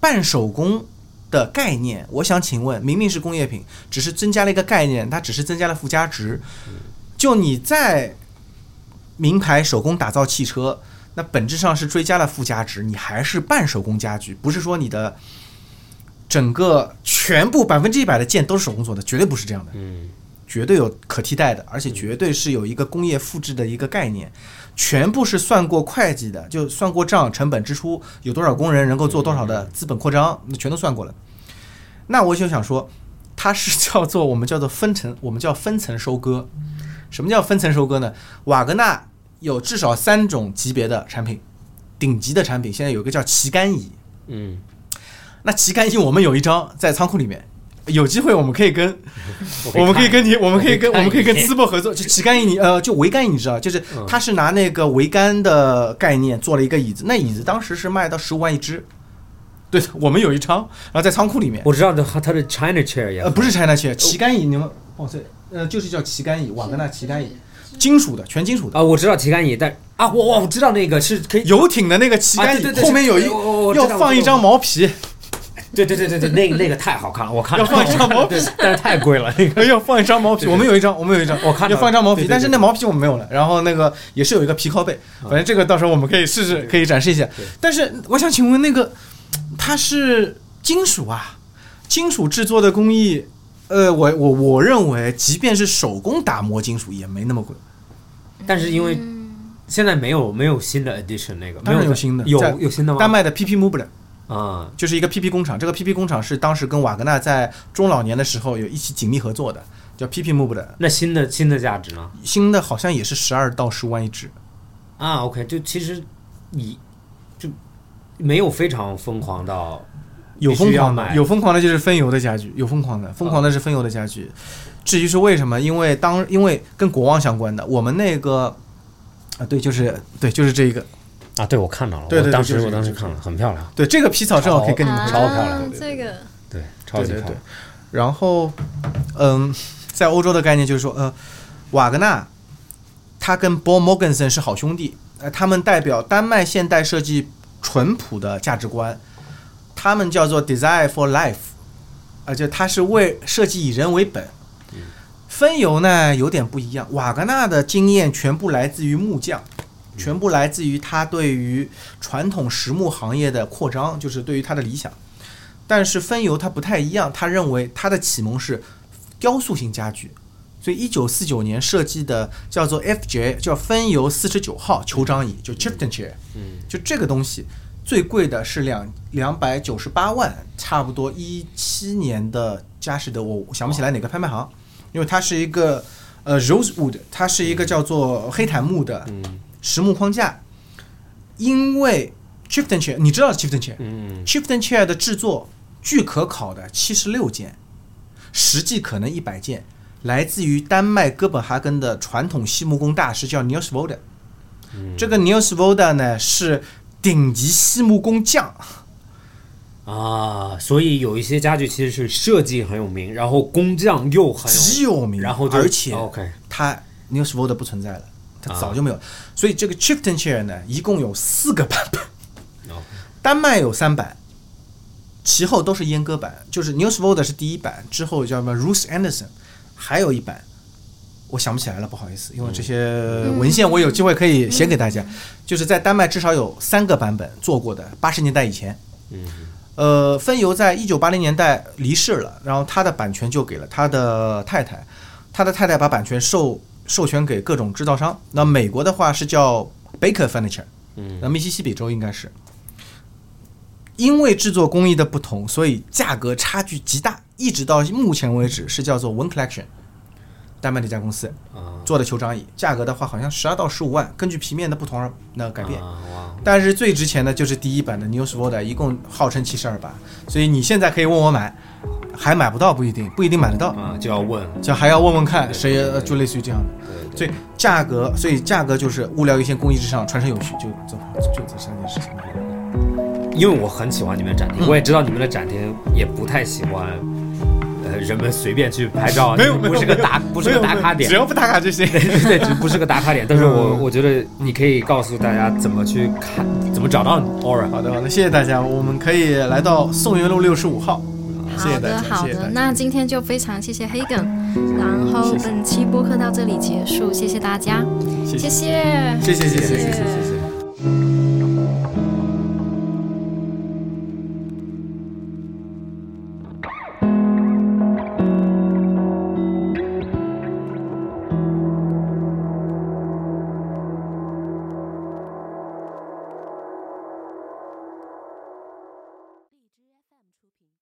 半手工的概念。我想请问，明明是工业品，只是增加了一个概念，它只是增加了附加值。就你在名牌手工打造汽车，那本质上是追加了附加值，你还是半手工家具，不是说你的整个全部百分之一百的件都是手工做的，绝对不是这样的，嗯，绝对有可替代的，而且绝对是有一个工业复制的一个概念，全部是算过会计的，就算过账，成本支出有多少工人能够做多少的资本扩张，那全都算过了。那我就想说，它是叫做我们叫做分层，我们叫分层收割。什么叫分层收割呢？瓦格纳有至少三种级别的产品，顶级的产品现在有一个叫旗杆椅。嗯，那旗杆椅我们有一张在仓库里面，有机会我们可以跟我我们可以跟你，我们可以跟我可我以看们可以跟一眼淄博合作，就旗杆椅你呃，就桅杆椅，你知道，就是嗯它是拿那个桅杆的概念做了一个椅子，那椅子当时是卖到十五万一只，对的，我们有一张，然后在仓库里面，我知道的，它的 China Chair 也呃，不是 China chair，旗杆椅，你们哦对，呃，就是叫旗杆椅，瓦格纳旗杆椅，金属的，全金属的，啊，我知道旗杆椅，但啊，我我我知道那个是可以游艇的那个旗啊杆对对椅对后面有一是我我我知要道放一张毛皮，对对对对对，那个那个太好看了，我 看要了， 放一张毛皮，哎但是太贵了，那个要放一张毛皮，我们有一张，我们有一张，我看到要放一张毛对皮，对但是对嗯那毛皮我们没有了。然后那个也是有一个皮靠背，反正这个到时候我们可以试试，可以展示一下对。但是我想请问，那个它是金属啊，金属制作的工艺，呃，我我我认为，即便是手工打磨金属也没那么贵。但是因为嗯现在没有没有新的 edition 那个，当然没有新的在有有新的丹吗？麦的 PP Mobile 啊，就是一个 PP 工厂，这个 PP 工厂是当时跟瓦格纳在中老年的时候有一起紧密合作的，叫 PP Mobile。那新的新的价值呢？新的好像也是十二到十五万一只。啊，OK，就其实你就没有非常疯狂到有必须疯要狂的，买有疯狂的就是分油的家具，有疯狂的，疯狂的是分油的家具。至于是为什么，因为当因为跟国王相关的，我们那个啊，对，就是对，就是这一个，啊，对我看到了，对对我对当时就是我当时看了，很漂亮，对这个皮草正好可以跟你们啊合超漂亮这个对，超级对对漂亮对，。然后，嗯，在欧洲的概念就是说，呃，瓦格纳他跟 Bo Morgensen 是好兄弟，呃，他们代表丹麦现代设计淳朴的价值观，他们叫做 Design for Life，而且他是为设计以人为本。分油呢有点不一样，瓦格纳的经验全部来自于木匠，嗯全部来自于他对于传统实木行业的扩张，就是对于他的理想。但是分油它不太一样，他认为他的启蒙是雕塑型家具，所以一九四九年设计的叫做 FJ，叫分油四十九号酋长椅，就 Chieftain Chair，嗯，就这个东西最贵的是两两百九十八万，差不多一七年的佳士得，我想不起来哪个拍卖行，因为它是一个呃 Rosewood，它是一个叫做黑檀木的嗯实木框架，因为 Chieftain Chair，你知道 Chieftain Chair？嗯 Chieftain Chair 的制作，据可考的七十六件，实际可能一百件，来自于丹麦哥本哈根的传统细木工大师叫 Niels v o d a 嗯这个 Niels v o d a 呢是顶级细木工匠，啊，所以有一些家具其实是设计很有名，然后工匠又很极有有名，哎然后就哦而且 OK，他 Niels v o d a 不存在了，他啊早就没有了。所以这个 Chieftain Chair 呢，一共有四个版本，哦丹麦有三版。其后都是阉割版，就是 News v o d a 是第一版，之后叫什么 Ruth Anderson，还有一版，我想不起来了，不好意思，因为这些文献我有机会可以写给大家。就是在丹麦至少有三个版本做过的，八十年代以前。嗯，呃，分油在一九八零年代离世了，然后他的版权就给了他的太太，他的太太把版权授授权给各种制造商。那美国的话是叫 Baker Furniture，嗯那密西西比州应该是。因为制作工艺的不同，所以价格差距极大，一直到目前为止是叫做 One Collection，丹麦的一家公司啊做的球章椅，价格的话好像十二到十五万，根据皮面的不同而那改变。啊哇但是最值钱的就是第一版的 New s v o d a 一共号称七十二把，所以你现在可以问我买，还买不到不一定，不一定买得到，啊就要问，就还要问问看谁，呃就类似于这样的。所对对以价格，所以价格就是物料优先，工艺至上，传承有序，就这就这三件事情。因为我很喜欢你们的展厅，我也知道你们的展厅也不太喜欢，呃，人们随便去拍照，啊没有不是个打不是个打卡点只，要不打卡就行。 对，只不是个打卡点。但是我嗯我觉得你可以告诉大家怎么去看，怎么找到 Aura。好的，好的，谢谢大家，我们可以来到宋元路六十五号。谢谢好大的，家，好谢谢大的，家。那今天就非常谢谢 Hagen，然后本期播客到这里结束，谢谢大家，谢谢谢谢谢谢谢谢谢谢谢谢谢谢。